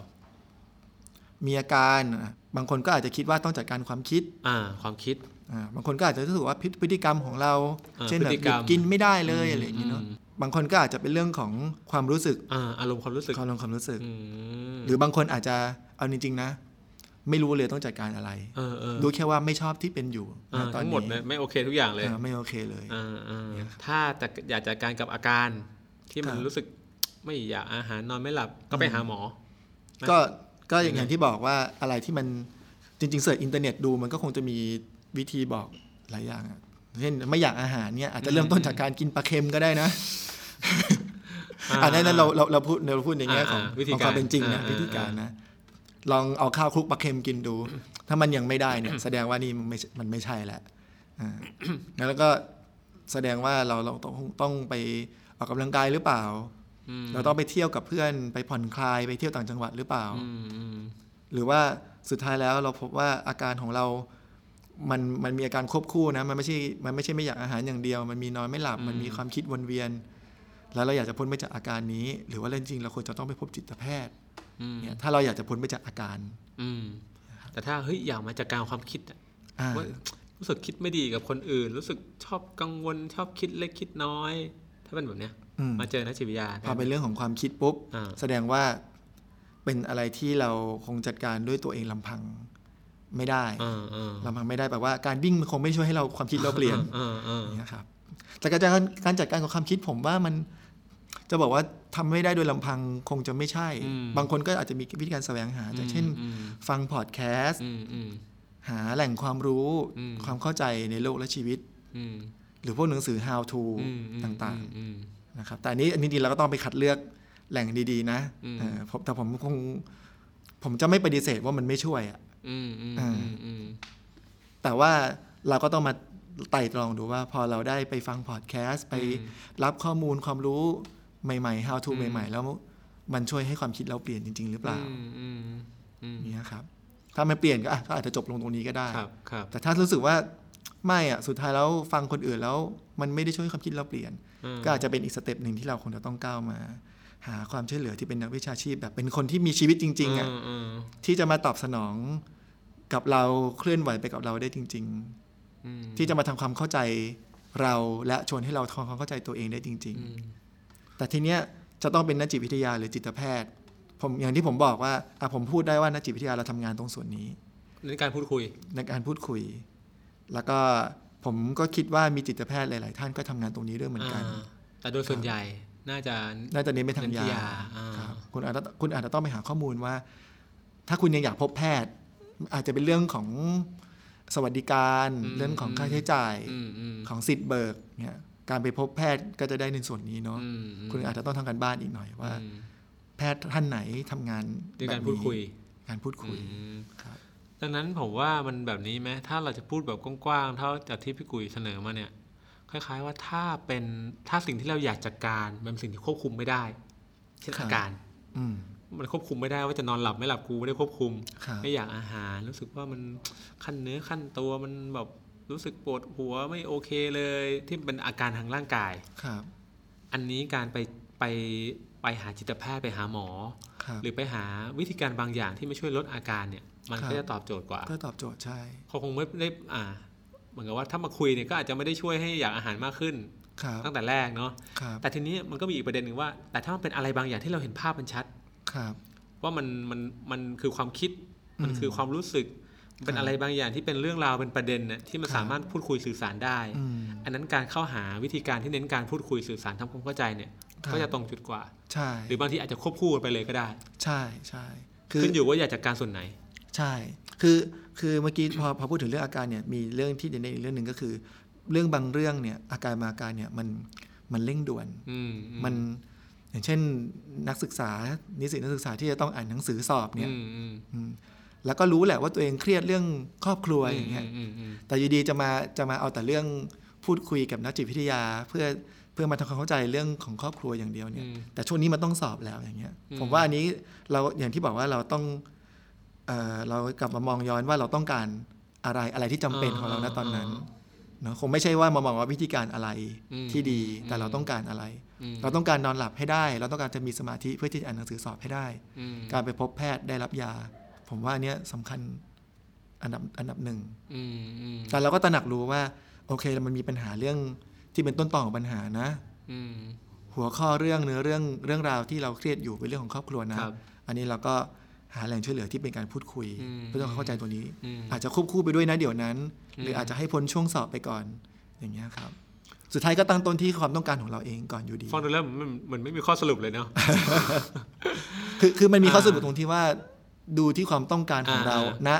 Speaker 2: มีอาการอ่ะบางคนก็อาจจะคิดว่าต้องจัดการความคิด
Speaker 3: อ่า ความคิด
Speaker 2: อ่าบางคนก็อาจจะรู้สึกว่าพฤพฤติกรรมของเรา
Speaker 3: อ่า
Speaker 2: เช่นแบ
Speaker 3: พฤติ
Speaker 2: บ
Speaker 3: กรร
Speaker 2: ห
Speaker 3: ม
Speaker 2: ยุดกินไม่ได้เลยอะไรอย่างเงี้ยเนาะบางคนก็อาจจะเป็นเรื่องของความรู้สึก
Speaker 3: อ่าอารมณ์ความรู้สึก
Speaker 2: ความลงความรู้สึก
Speaker 3: อืม
Speaker 2: หรือบางคนอาจจะเอาจริงๆนะ ไม่รู้เลยต้องจัดการอะไร
Speaker 3: เออเออ
Speaker 2: รู้แค่ว่าไม่ชอบที่เป็นอยู่
Speaker 3: อ่า
Speaker 2: นะตอน
Speaker 3: ทั้งหมด
Speaker 2: นี้
Speaker 3: เนี่ยไม่โอเคทุกอย่างเลย
Speaker 2: อ่าไม่โอเคเลย
Speaker 3: อ่าอ่าถ้าแต่อยากจัดการกับอาการที่มั
Speaker 2: ค
Speaker 3: น
Speaker 2: รับ
Speaker 3: รู้สึกไม่อยากอาหารนอนไม่หลับก็ไปหาหมอ นะ
Speaker 2: ก็ก็อย่าง
Speaker 3: ยังไง
Speaker 2: อย่างที่บอกว่าอะไรที่มันจริงๆเสิร์ชอินเทอร์เน็ตดูมันก็คงจะมีวิธีบอกหลายอย่างอะเช่นไม่อยากอาหารเนี่ยอาจจะเริ่มต้นจากการกินปลาเค็มก็ได้นะอันนั้นเราเราเราพูดเราพูดในแง่ของ
Speaker 3: อ่าวิธี
Speaker 2: ของความ
Speaker 3: การ
Speaker 2: เป็นจริงนะ
Speaker 3: อ่า
Speaker 2: วิธีการนะ ลองเอาข้าวคลุกปลาเค็มกินดู ถ้ามันยังไม่ได้เนี่ย แสดงว่านี่มันไม่ใช่มันไม่ใช่แล้วอ่าแล้วก็แสดงว่าเราเราต้องต้องไปออกกำลังกายหรือเปล่า
Speaker 3: อืม
Speaker 2: เราต้องไปเที่ยวกับเพื่อนไปผ่อนคลายไปเที่ยวต่างจังหวัดหรือเปล่า
Speaker 3: อืมอืม
Speaker 2: หรือว่าสุดท้ายแล้วเราพบว่าอาการของเรา มันมันมีอาการควบคู่นะ มันไม่ใช่ มันไม่ใช่ไม่อยากอาหารอย่างเดียว มันมีนอนไม่หลับ มันมีความคิดวนเวียน แล้วเราอยากจะพ้นไปจากอาการนี้ หรือว่าเรื่องจริงเราควรจะต้องไปพบจิตแพทย์
Speaker 3: อืม
Speaker 2: เนี่ยถ้าเราอยากจะพ้นไปจากอาการ
Speaker 3: อืมแต่ถ้าเฮ้ยอยากมาจัดการความคิดอะ
Speaker 2: อ่า
Speaker 3: ว่ารู้สึกคิดไม่ดีกับคนอื่น รู้สึกชอบกังวลชอบคิดเล็กคิดน้อย ถ้าเป็นแบบเนี้ย
Speaker 2: อืม
Speaker 3: มาเจอนักจิตวิทยาได้
Speaker 2: พอเป็นเรื่องของความคิดปุ๊บ
Speaker 3: อ่า
Speaker 2: แสดงว่าเป็นอะไรที่เราคงจัดการด้วยตัวเองลำพังไม่ได้
Speaker 3: อ่าอ่า
Speaker 2: ลำพังไม่ได้แปลว่าการวิ่งมันคงไม่ช่วยให้เราความคิดเราเปลี่ยน
Speaker 3: อ่าอ่า
Speaker 2: อย่างเงี้ยครับแต่การจัดการการจัดการของความคิดผมว่ามันจะบอกว่าทำไม่ได้โดยลำพังคงจะไม่ใช่ บางคนก็อาจจะมีวิธีการแสวงหาจากเช่น
Speaker 3: อืม
Speaker 2: ฟังพอดแคสต์
Speaker 3: อืมอืม
Speaker 2: หาแหล่งความรู้
Speaker 3: อืม
Speaker 2: ความเข้าใจในโลกและชีวิต
Speaker 3: อืม
Speaker 2: หรือพวกหนังสือ how to
Speaker 3: อืมอืม
Speaker 2: ต่าง
Speaker 3: อืม
Speaker 2: ๆนะครับแต่อันนี้อันนี้ดีเราก็ต้องไปคัดเลือกแหล่งดีๆ นะ
Speaker 3: อืม
Speaker 2: เออผมแต่ผมคง ผมจะไม่ปฏิเสธว่ามันไม่ช่วยอะ
Speaker 3: อืมอืมอืมอืม
Speaker 2: แต่ว่าเราก็ต้องมาไต่ตรองดูว่า พอเราได้ไปฟังพอดแคสต์ไป รับข้อมูลความรู้ใหม่ๆ how to ใหม่ ๆ แล้วมันช่วยให้ความคิดเราเปลี่ยนจริง ๆ หรือเปล่า
Speaker 3: อืมอืมอืม
Speaker 2: เนี่ยครับ ถ้ามันเปลี่ยนก็อ่ะก็อาจจะจบลงตรงนี้ก็ได้
Speaker 3: ครับครับ
Speaker 2: แต่ถ้ารู้สึกว่าไม่อ่ะสุดท้ายแล้วฟังคนอื่นแล้ว มันไม่ได้ช่วยให้ความคิดเราเปลี่ยน
Speaker 3: อ่า
Speaker 2: ก็อาจจะเป็นอีกสเต็ปหนึ่งที่เราคงจะต้องก้าวมา หาความช่วยเหลือที่เป็นนักวิชาชีพแบบเป็นคนที่มีชีวิตจริงๆอ่ะ
Speaker 3: าา
Speaker 2: ที่จะมาตอบสนองกับเราเคลื่อนไหวไปกับเราได้จริง
Speaker 3: อืม
Speaker 2: ๆ ที่จะมาทำความเข้าใจเราและชวนให้เราทำความเข้าใจตัวเองได้จริง ๆ
Speaker 3: อืม
Speaker 2: แต่ทีเนี้ยจะต้องเป็นนักจิตวิทยาหรือจิตแพทย์ ผมอย่างที่ผมบอกว่าอ่ะผมพูดได้ว่านักจิตวิทยาเราทำงานตรงส่วนนี้
Speaker 3: ในการพูดคุย
Speaker 2: ในการพูดคุย แล้วก็ผมก็คิดว่ามีจิตแพทย์หลาย ๆ ท่านก็ทำงานตรงนี้ด้วยเหมือนกัน
Speaker 3: าแต่โดยส่วนใหญ่น่าจะ
Speaker 2: น่าจะเน้นไปทางยา
Speaker 3: เน้นที่ยาอ่า
Speaker 2: ครับคุณอาจจะคุณอาจจะต้องไปหาข้อมูลว่า ถ้าคุณยังอยากพบแพทย์ อาจจะเป็นเรื่องของสวัสดิการเรื่องของค่าใช้จ่าย
Speaker 3: อืมอืม
Speaker 2: ของสิทธิ์เบิกเนี่ยการไปพบแพทย์ก็จะได้ในส่วนนี้เนาะ
Speaker 3: อืมอืม
Speaker 2: คุณอาจจะต้องทำการบ้านอีกหน่อยว่า
Speaker 3: อืม
Speaker 2: แพทย์ท่านไหนทำงาน
Speaker 3: ด้วยการ
Speaker 2: แบบนี้
Speaker 3: พูดคุย
Speaker 2: การพูดคุย
Speaker 3: อืม
Speaker 2: ครับ
Speaker 3: ดังนั้นผมว่ามันแบบนี้ไหมถ้าเราจะพูดแบบกว้างๆ เท่าจากที่พี่กุยเสนอมาเนี่ย คล้าย ๆ ว่าถ้าเป็นถ้าสิ่งที่เราอยากจัดการมันเป็นสิ่งที่ควบคุมไม่ได้ เช่นอาการ
Speaker 2: อืม
Speaker 3: มันควบคุมไม่ได้ว่าจะนอนหลับไม่หลับกูไม่ได้ควบคุม
Speaker 2: ครับ
Speaker 3: ไม่อยากอาหารรู้สึกว่ามันขั้นเนื้อขั้นตัวมันแบบรู้สึกปวดหัวไม่โอเคเลย ที่เป็นอาการทางร่างกาย
Speaker 2: ครับ
Speaker 3: อันนี้การไปไปไปหาจิตแพทย์ไปหาหมอ
Speaker 2: ครับ
Speaker 3: หรือไปหาวิธีการบางอย่างที่ไม่ช่วยลดอาการเนี่ย มัน
Speaker 2: ครับ
Speaker 3: ก็จะตอบโจทย์กว่า
Speaker 2: ก็ตอบโจทย์ใช่
Speaker 3: เขาคงไม่ได้อ่า เหมือนกับว่าถ้ามาคุยเนี่ยก็อาจจะไม่ได้ช่วยให้อยากอาหารมากขึ้น
Speaker 2: ครับ
Speaker 3: ตั้งแต่แรกเนาะ
Speaker 2: ครับ
Speaker 3: แต่ทีนี้มันก็มีอีกประเด็นหนึ่งว่า แต่ถ้ามันเป็นอะไรบางอย่างที่เราเห็นภาพมันชัด
Speaker 2: ครับ
Speaker 3: ว่ามันมันมันคือความคิดมัน
Speaker 2: อืม
Speaker 3: คือความรู้สึก เป็
Speaker 2: ครับ
Speaker 3: นอะไรบางอย่างที่เป็นเรื่องราวเป็นประเด็นน่ะที่มั
Speaker 2: ค
Speaker 3: น
Speaker 2: รับ
Speaker 3: สามารถพูดคุยสื่อสารได้
Speaker 2: อืม
Speaker 3: อันนั้นการเข้าหาวิธีการที่เน้นการพูดคุยสื่อสารทำความเข้าใจเนี่ย
Speaker 2: ครับ
Speaker 3: ก็จะตรงจุดกว่า
Speaker 2: ใช่
Speaker 3: หรือบางทีอาจจะควบคู่กันไปเลยก็ได้
Speaker 2: ใช่ใช่คือ
Speaker 3: ขึ้นอยู่ว่าอยากจัดการส่วนไหน
Speaker 2: ใช่ คือ คือเมื่อกี้พอพอพูดถึงเรื่องอาการเนี่ย มีเรื่องที่เด่นๆอีกเรื่องหนึ่งก็คือ เรื่องบางเรื่องเนี่ย อาการบางอาการเนี่ย มัน มันเร่งด่วน
Speaker 3: อืมอื
Speaker 2: มัน อย่างเช่น นักศึกษา นิสิตนักศึกษาที่จะต้องอ่านหนังสือสอบเนี่ย
Speaker 3: อืมอืม
Speaker 2: อืมแล้วก็รู้แหละว่าตัวเองเครียดเรื่องครอบครัวอย่างเงี้ย
Speaker 3: มอืม
Speaker 2: แต่อยู่ดีจะมา จะมาเอาแต่เรื่องพูดคุยกับนักจิตวิทยา เพื่อ เพื่อมาทำความเข้าใจเรื่องของครอบครัวอย่างเดียวเนี่ย
Speaker 3: อืม
Speaker 2: แต่ช่วงนี้มันต้องสอบแล้วอย่างเงี้ย
Speaker 3: อืม
Speaker 2: ผมว่าอันนี้เราอย่างที่บอกว่าเราต้องเอ่อเรากลับมามองย้อนว่าเราต้องการอะไรอะไรที่จำเป็นของเราณตอนนั้นเนาะคงไม่ใช่ว่ามามองว่าวิธีการอะไร
Speaker 3: อืม
Speaker 2: ที่ดีแต่เราต้องการอะไร
Speaker 3: อืม
Speaker 2: เราต้องการนอนหลับให้ได้ เราต้องการจะมีสมาธิเพื่อที่จะอ่านหนังสือสอบให้ได้
Speaker 3: อืม
Speaker 2: การไปพบแพทย์ได้รับยา ผมว่าอันเนี้ยสำคัญอันดับอันดับหนึ่ง
Speaker 3: อืมอืม
Speaker 2: แต่เราก็ตระหนักรู้ว่า โอเคมันมีปัญหาเรื่องที่เป็นต้นตอของปัญหานะ
Speaker 3: อืม
Speaker 2: หัวข้อเรื่องเนื้อเรื่องเรื่องราวที่เราเครียดอยู่เป็นเรื่องของครอบครัวนะ
Speaker 3: ครับ
Speaker 2: อันนี้เราก็หาแหล่งช่วยเหลือที่เป็นการพูดคุย
Speaker 3: อืม
Speaker 2: เพื่อต้องเข้าใจตัวนี้
Speaker 3: อืม
Speaker 2: อาจจะควบคู่ไปด้วยนะเดี๋ยวนั้น
Speaker 3: อืม
Speaker 2: หรืออาจจะให้พ้นช่วงสอบไปก่อนอย่างเงี้ยครับ สุดท้ายก็ตั้งต้นที่ความต้องการของเราเองก่อนอยู่ดี
Speaker 3: ฟังดูแล้วมันเหมือนไม่มีข้อสรุปเลยเนาะ
Speaker 2: คือคือมันมีข้อ
Speaker 3: อ่า
Speaker 2: สรุปตรงที่ว่า ดูที่ความต้องการของ
Speaker 3: อ่า
Speaker 2: เราณ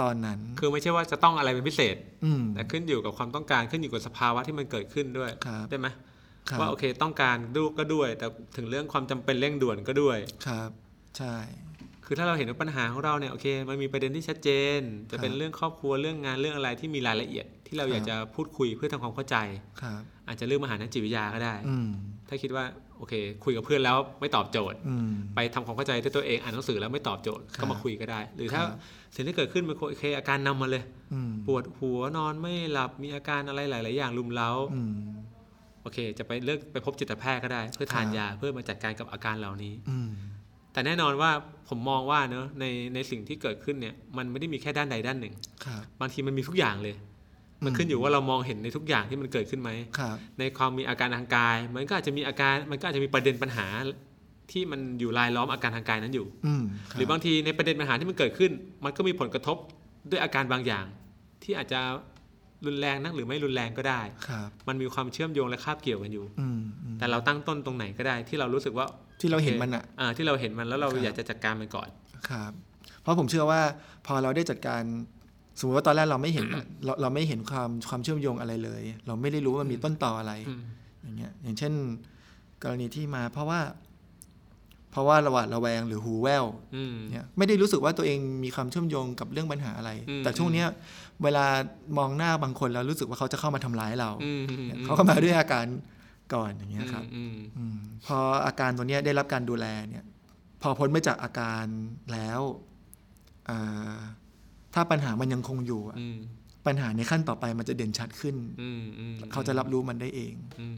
Speaker 2: ตอนนั้น
Speaker 3: คือไม่ใช่ว่าจะต้องอะไรเป็นพิเศษ
Speaker 2: อืม
Speaker 3: แต่ขึ้นอยู่กับความต้องการขึ้นอยู่กับสภาวะที่มันเกิดขึ้นด้วย
Speaker 2: ครับ
Speaker 3: ได้ไหม
Speaker 2: ครับ
Speaker 3: ว่าโอเคต้องการดูก็ด้วย แต่ถึงเรื่องความจำเป็นเร่งด่วนก็ด้วย
Speaker 2: ครับ ใช่
Speaker 3: คือถ้าเราเห็นว่าปัญหาของเราเนี่ยโอเคมันมีประเด็นที่ชัดเจน จะเป็
Speaker 2: ค
Speaker 3: น
Speaker 2: รับ
Speaker 3: เรื่องครอบครัวเรื่องงานเรื่องอะไรที่มีรายละเอียด ที่เรา
Speaker 2: ครับ
Speaker 3: อยากจะพูดคุยเพื่อทำความเข้าใจ
Speaker 2: ครับ
Speaker 3: อาจจะเรื่องมาหานักจิตวิทยาก็ได้
Speaker 2: อืม
Speaker 3: ถ้าคิดว่าโอเค คุยกับเพื่อนแล้วไม่ตอบโจทย์
Speaker 2: อืม
Speaker 3: ไปทำความเข้าใจด้วยตัวเองอ่านหนังสือแล้วไม่ตอบโจทย์
Speaker 2: ครับ
Speaker 3: ก็มาคุยก็ได้ หรือถ้า
Speaker 2: ครับ
Speaker 3: สิ่งที่เกิดขึ้นมันโอเคอาการนำมาเลย
Speaker 2: อืม
Speaker 3: ปวดหัวนอนไม่หลับมีอาการอะไรหลาย ๆ อย่างรุมเร้า
Speaker 2: อืม
Speaker 3: โอเค จะไปเลือกไปพบจิตแพทย์ก็ได้ เพื่อทาน
Speaker 2: ครับ
Speaker 3: ยาเพื่อมาจัดการกับอาการเหล่านี้
Speaker 2: อืม
Speaker 3: แต่แน่นอนว่าผมมองว่าเนอะในในสิ่งที่เกิดขึ้นเนี่ย มันไม่ได้มีแค่ด้านใดด้านหนึ่ง
Speaker 2: ครับ
Speaker 3: บางทีมันมีทุกอย่างเลย มันขึ้นอยู่ว่าเรามองเห็นในทุกอย่างที่มันเกิดขึ้นไหม
Speaker 2: ครับ
Speaker 3: ในความมีอาการทางกาย มันก็อาจจะมีอาการมันก็อาจจะมีประเด็นปัญหาที่มันอยู่รายล้อมอาการทางกายนั้นอยู่
Speaker 2: อืมค
Speaker 3: หรือบางทีในประเด็นปัญหาที่มันเกิดขึ้น มันก็มีผลกระทบด้วยอาการบางอย่าง ที่อาจจะรุนแรงนักหรือไม่รุนแรงก็ได้
Speaker 2: ครับ
Speaker 3: มันมีความเชื่อมโยงและคาบเกี่ยวกันอยู่
Speaker 2: อืมอืม
Speaker 3: แต่เราตั้งต้นตรงไหนก็ได้ที่เรารู้สึกว่า
Speaker 2: ที่เราเห็นมันอะ
Speaker 3: อ่าที่เราเห็นมันแล้วเรา
Speaker 2: ครับ
Speaker 3: อยากจะจัดการมันก่อน
Speaker 2: ครับ เพราะผมเชื่อว่าพอเราได้จัดการ สมมติว่าตอนแรกเราไม่เห็น เราเราไม่เห็นความความเชื่อมโยงอะไรเลย เราไม่ได้รู้ว่ามันมีต้นต่ออะไร อย่างเงี้ย อย่างเช่น กรณีที่มาเพราะว่า เพราะว่าระหวาดระแวงหรือหูแว่ว
Speaker 3: อืม
Speaker 2: เนี่ยไม่ได้รู้สึกว่าตัวเองมีความเชื่อมโยงกับเรื่องปัญหาอะไร
Speaker 3: อืม
Speaker 2: แต่ช่วงเนี้ย เวลามองหน้าบางคนแล้วรู้สึกว่าเขาจะเข้ามาทำร้ายเรา
Speaker 3: อืม
Speaker 2: เนี่ยเขาก็มาด้วยอาการก่อนอย่างเงี้ยครับ
Speaker 3: อืม
Speaker 2: อมพออาการตัวเนี้ยได้รับการดูแลเนี่ย พอพ้นไปจากอาการแล้วเอ่อถ้าปัญหามันยังคงอยู่อะ
Speaker 3: อืม
Speaker 2: ปัญหาในขั้นต่อไปมันจะเด่นชัดขึ้น
Speaker 3: อืมอืม
Speaker 2: เขาจะรับรู้มันได้เอง
Speaker 3: อืม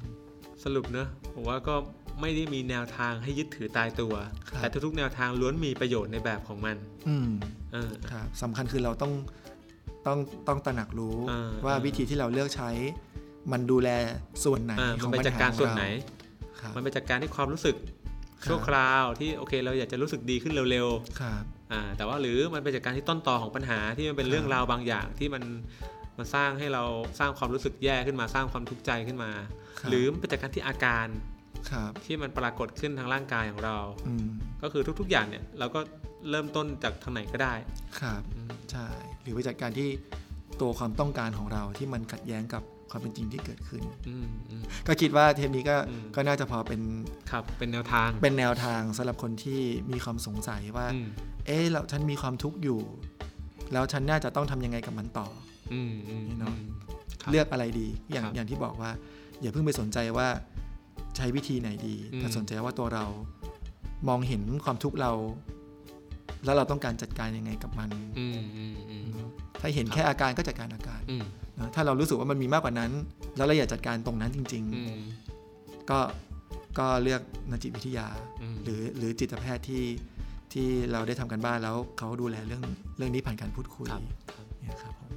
Speaker 3: สรุปเนอะผมว่าก็ไม่ได้มีแนวทางให้ยึดถือตายตัว
Speaker 2: ครับ
Speaker 3: แต่ทุกๆแนวทางล้วนมีประโยชน์ในแบบของมัน
Speaker 2: อืม
Speaker 3: เออ
Speaker 2: ครับสำคัญคือเราต้องต้องต้องตระหนักรู้
Speaker 3: อ่า
Speaker 2: ว่าวิธีที่เราเลือกใช้ มันดูแลส่วนไหน
Speaker 3: อ่า
Speaker 2: ขอ
Speaker 3: มั
Speaker 2: น ง
Speaker 3: ไป
Speaker 2: ปัญ
Speaker 3: จัด
Speaker 2: หา
Speaker 3: การ
Speaker 2: ของ
Speaker 3: ส่วน
Speaker 2: เรา
Speaker 3: ไหน
Speaker 2: ครับ
Speaker 3: มันไปจัดการที่ความรู้สึก
Speaker 2: ครับ
Speaker 3: ชั่วคราวที่โอเค เราอยากจะรู้สึกดีขึ้นเร็วๆ
Speaker 2: ครับ
Speaker 3: อ่าแต่ว่าหรือมันเป็นจากการที่ต้นตอของปัญหาที่มันเป็นเรื่องราวบางอย่างที่มันมันสร้างให้เราสร้างความรู้สึกแย่ขึ้นมาสร้างความทุกข์ใจขึ้นมา
Speaker 2: ครับ
Speaker 3: หรือมันเป็นจากการที่อาการ
Speaker 2: ครับ
Speaker 3: ที่มันปรากฏขึ้นทางร่างกายของเรา
Speaker 2: อืม
Speaker 3: ก็คือทุกๆอย่างเนี่ยเราก็เริ่มต้นจากทางไหนก็ได้
Speaker 2: ครับ
Speaker 3: อืม
Speaker 2: ใช่หรือไปจัดการที่ตัวความต้องการของเราที่มันขัดแย้งกับความเป็นจริงที่เกิดขึ้น
Speaker 3: อืมอืม
Speaker 2: ก็คิดว่าเทปนี้ก็
Speaker 3: อืม
Speaker 2: ก็น่าจะพอเป็น
Speaker 3: ครับเป็นแนวทาง
Speaker 2: เป็นแนวทางสำหรับคนที่มีความสงสัยว่า
Speaker 3: อืม
Speaker 2: เอ๊ะเราฉันมีความทุกข์อยู่ แล้วฉันน่าจะต้องทำยังไงกับมันต่อ
Speaker 3: อืมอืม
Speaker 2: นี่เนอะ
Speaker 3: อืม ครับ
Speaker 2: เลือกอะไรดี อย่าง
Speaker 3: ครับ
Speaker 2: อย่างที่บอกว่า อย่าเพิ่งไปสนใจว่าใช้วิธีไหนดี
Speaker 3: อืม
Speaker 2: แต่สนใจว่าตัวเรามองเห็นความทุกข์เรา แล้วเราต้องการจัดการยังไงกับมัน
Speaker 3: อืมอืมอืม
Speaker 2: ถ้าเห็นแค่อาการก็จัดการอาการ
Speaker 3: อืม
Speaker 2: นะถ้าเรารู้สึกว่ามันมีมากกว่านั้น แล้วเราอยากจัดการตรงนั้นจริง
Speaker 3: อืม
Speaker 2: ๆ ก็ก็เลือกนักจิตวิทยา
Speaker 3: อืม
Speaker 2: หรือหรือจิตแพทย์ที่ที่เราได้ทำกันบ้านแล้วเขาดูแลเรื่องเรื่องนี้ผ่านการพูดคุย
Speaker 3: ครับ
Speaker 2: เนี่ยครับผม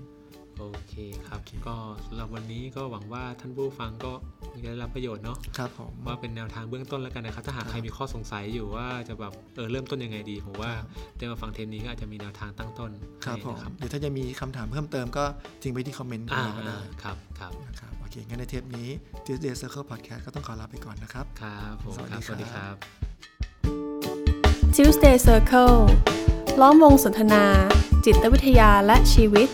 Speaker 3: โอเคครับ
Speaker 2: โอเค
Speaker 3: ก็สำหรับวันนี้ก็หวังว่าท่านผู้ฟังก็คงจะได้รับประโยชน์เนาะ
Speaker 2: ครับผม
Speaker 3: ว่าเป็นแนวทางเบื้องต้นแล้วกันนะครับ ถ้าหา
Speaker 2: ค
Speaker 3: ก
Speaker 2: รับ
Speaker 3: ใครมีข้อสงสัยอยู่ว่าจะแบบเออเริ่มต้นยังไงดีผมว่า
Speaker 2: ครับ
Speaker 3: ได้มาฟังเทปนี้ก็อาจจะมีแนวทางตั้งต้น
Speaker 2: ครับ
Speaker 3: ให้
Speaker 2: ผม
Speaker 3: นะครับ
Speaker 2: หรือถ้าจะมีคำถามเพิ่มเติมก็ทิ้งไปที่คอมเมนต์ของ
Speaker 3: อ่า
Speaker 2: เราก็ได้
Speaker 3: ครับครับ
Speaker 2: นะครับโอเค งั้นในเทปนี้ Tuesday Circle Podcast ก็ต้องขอลาไปก่อนนะครับ
Speaker 3: ครับผม
Speaker 2: สวัส
Speaker 3: ค
Speaker 2: ดี
Speaker 3: รับสวัสดี
Speaker 2: ค
Speaker 3: ครับ รับ
Speaker 1: Tuesday Circle ล้อมวงสนทนา จิตวิทยาและชีวิต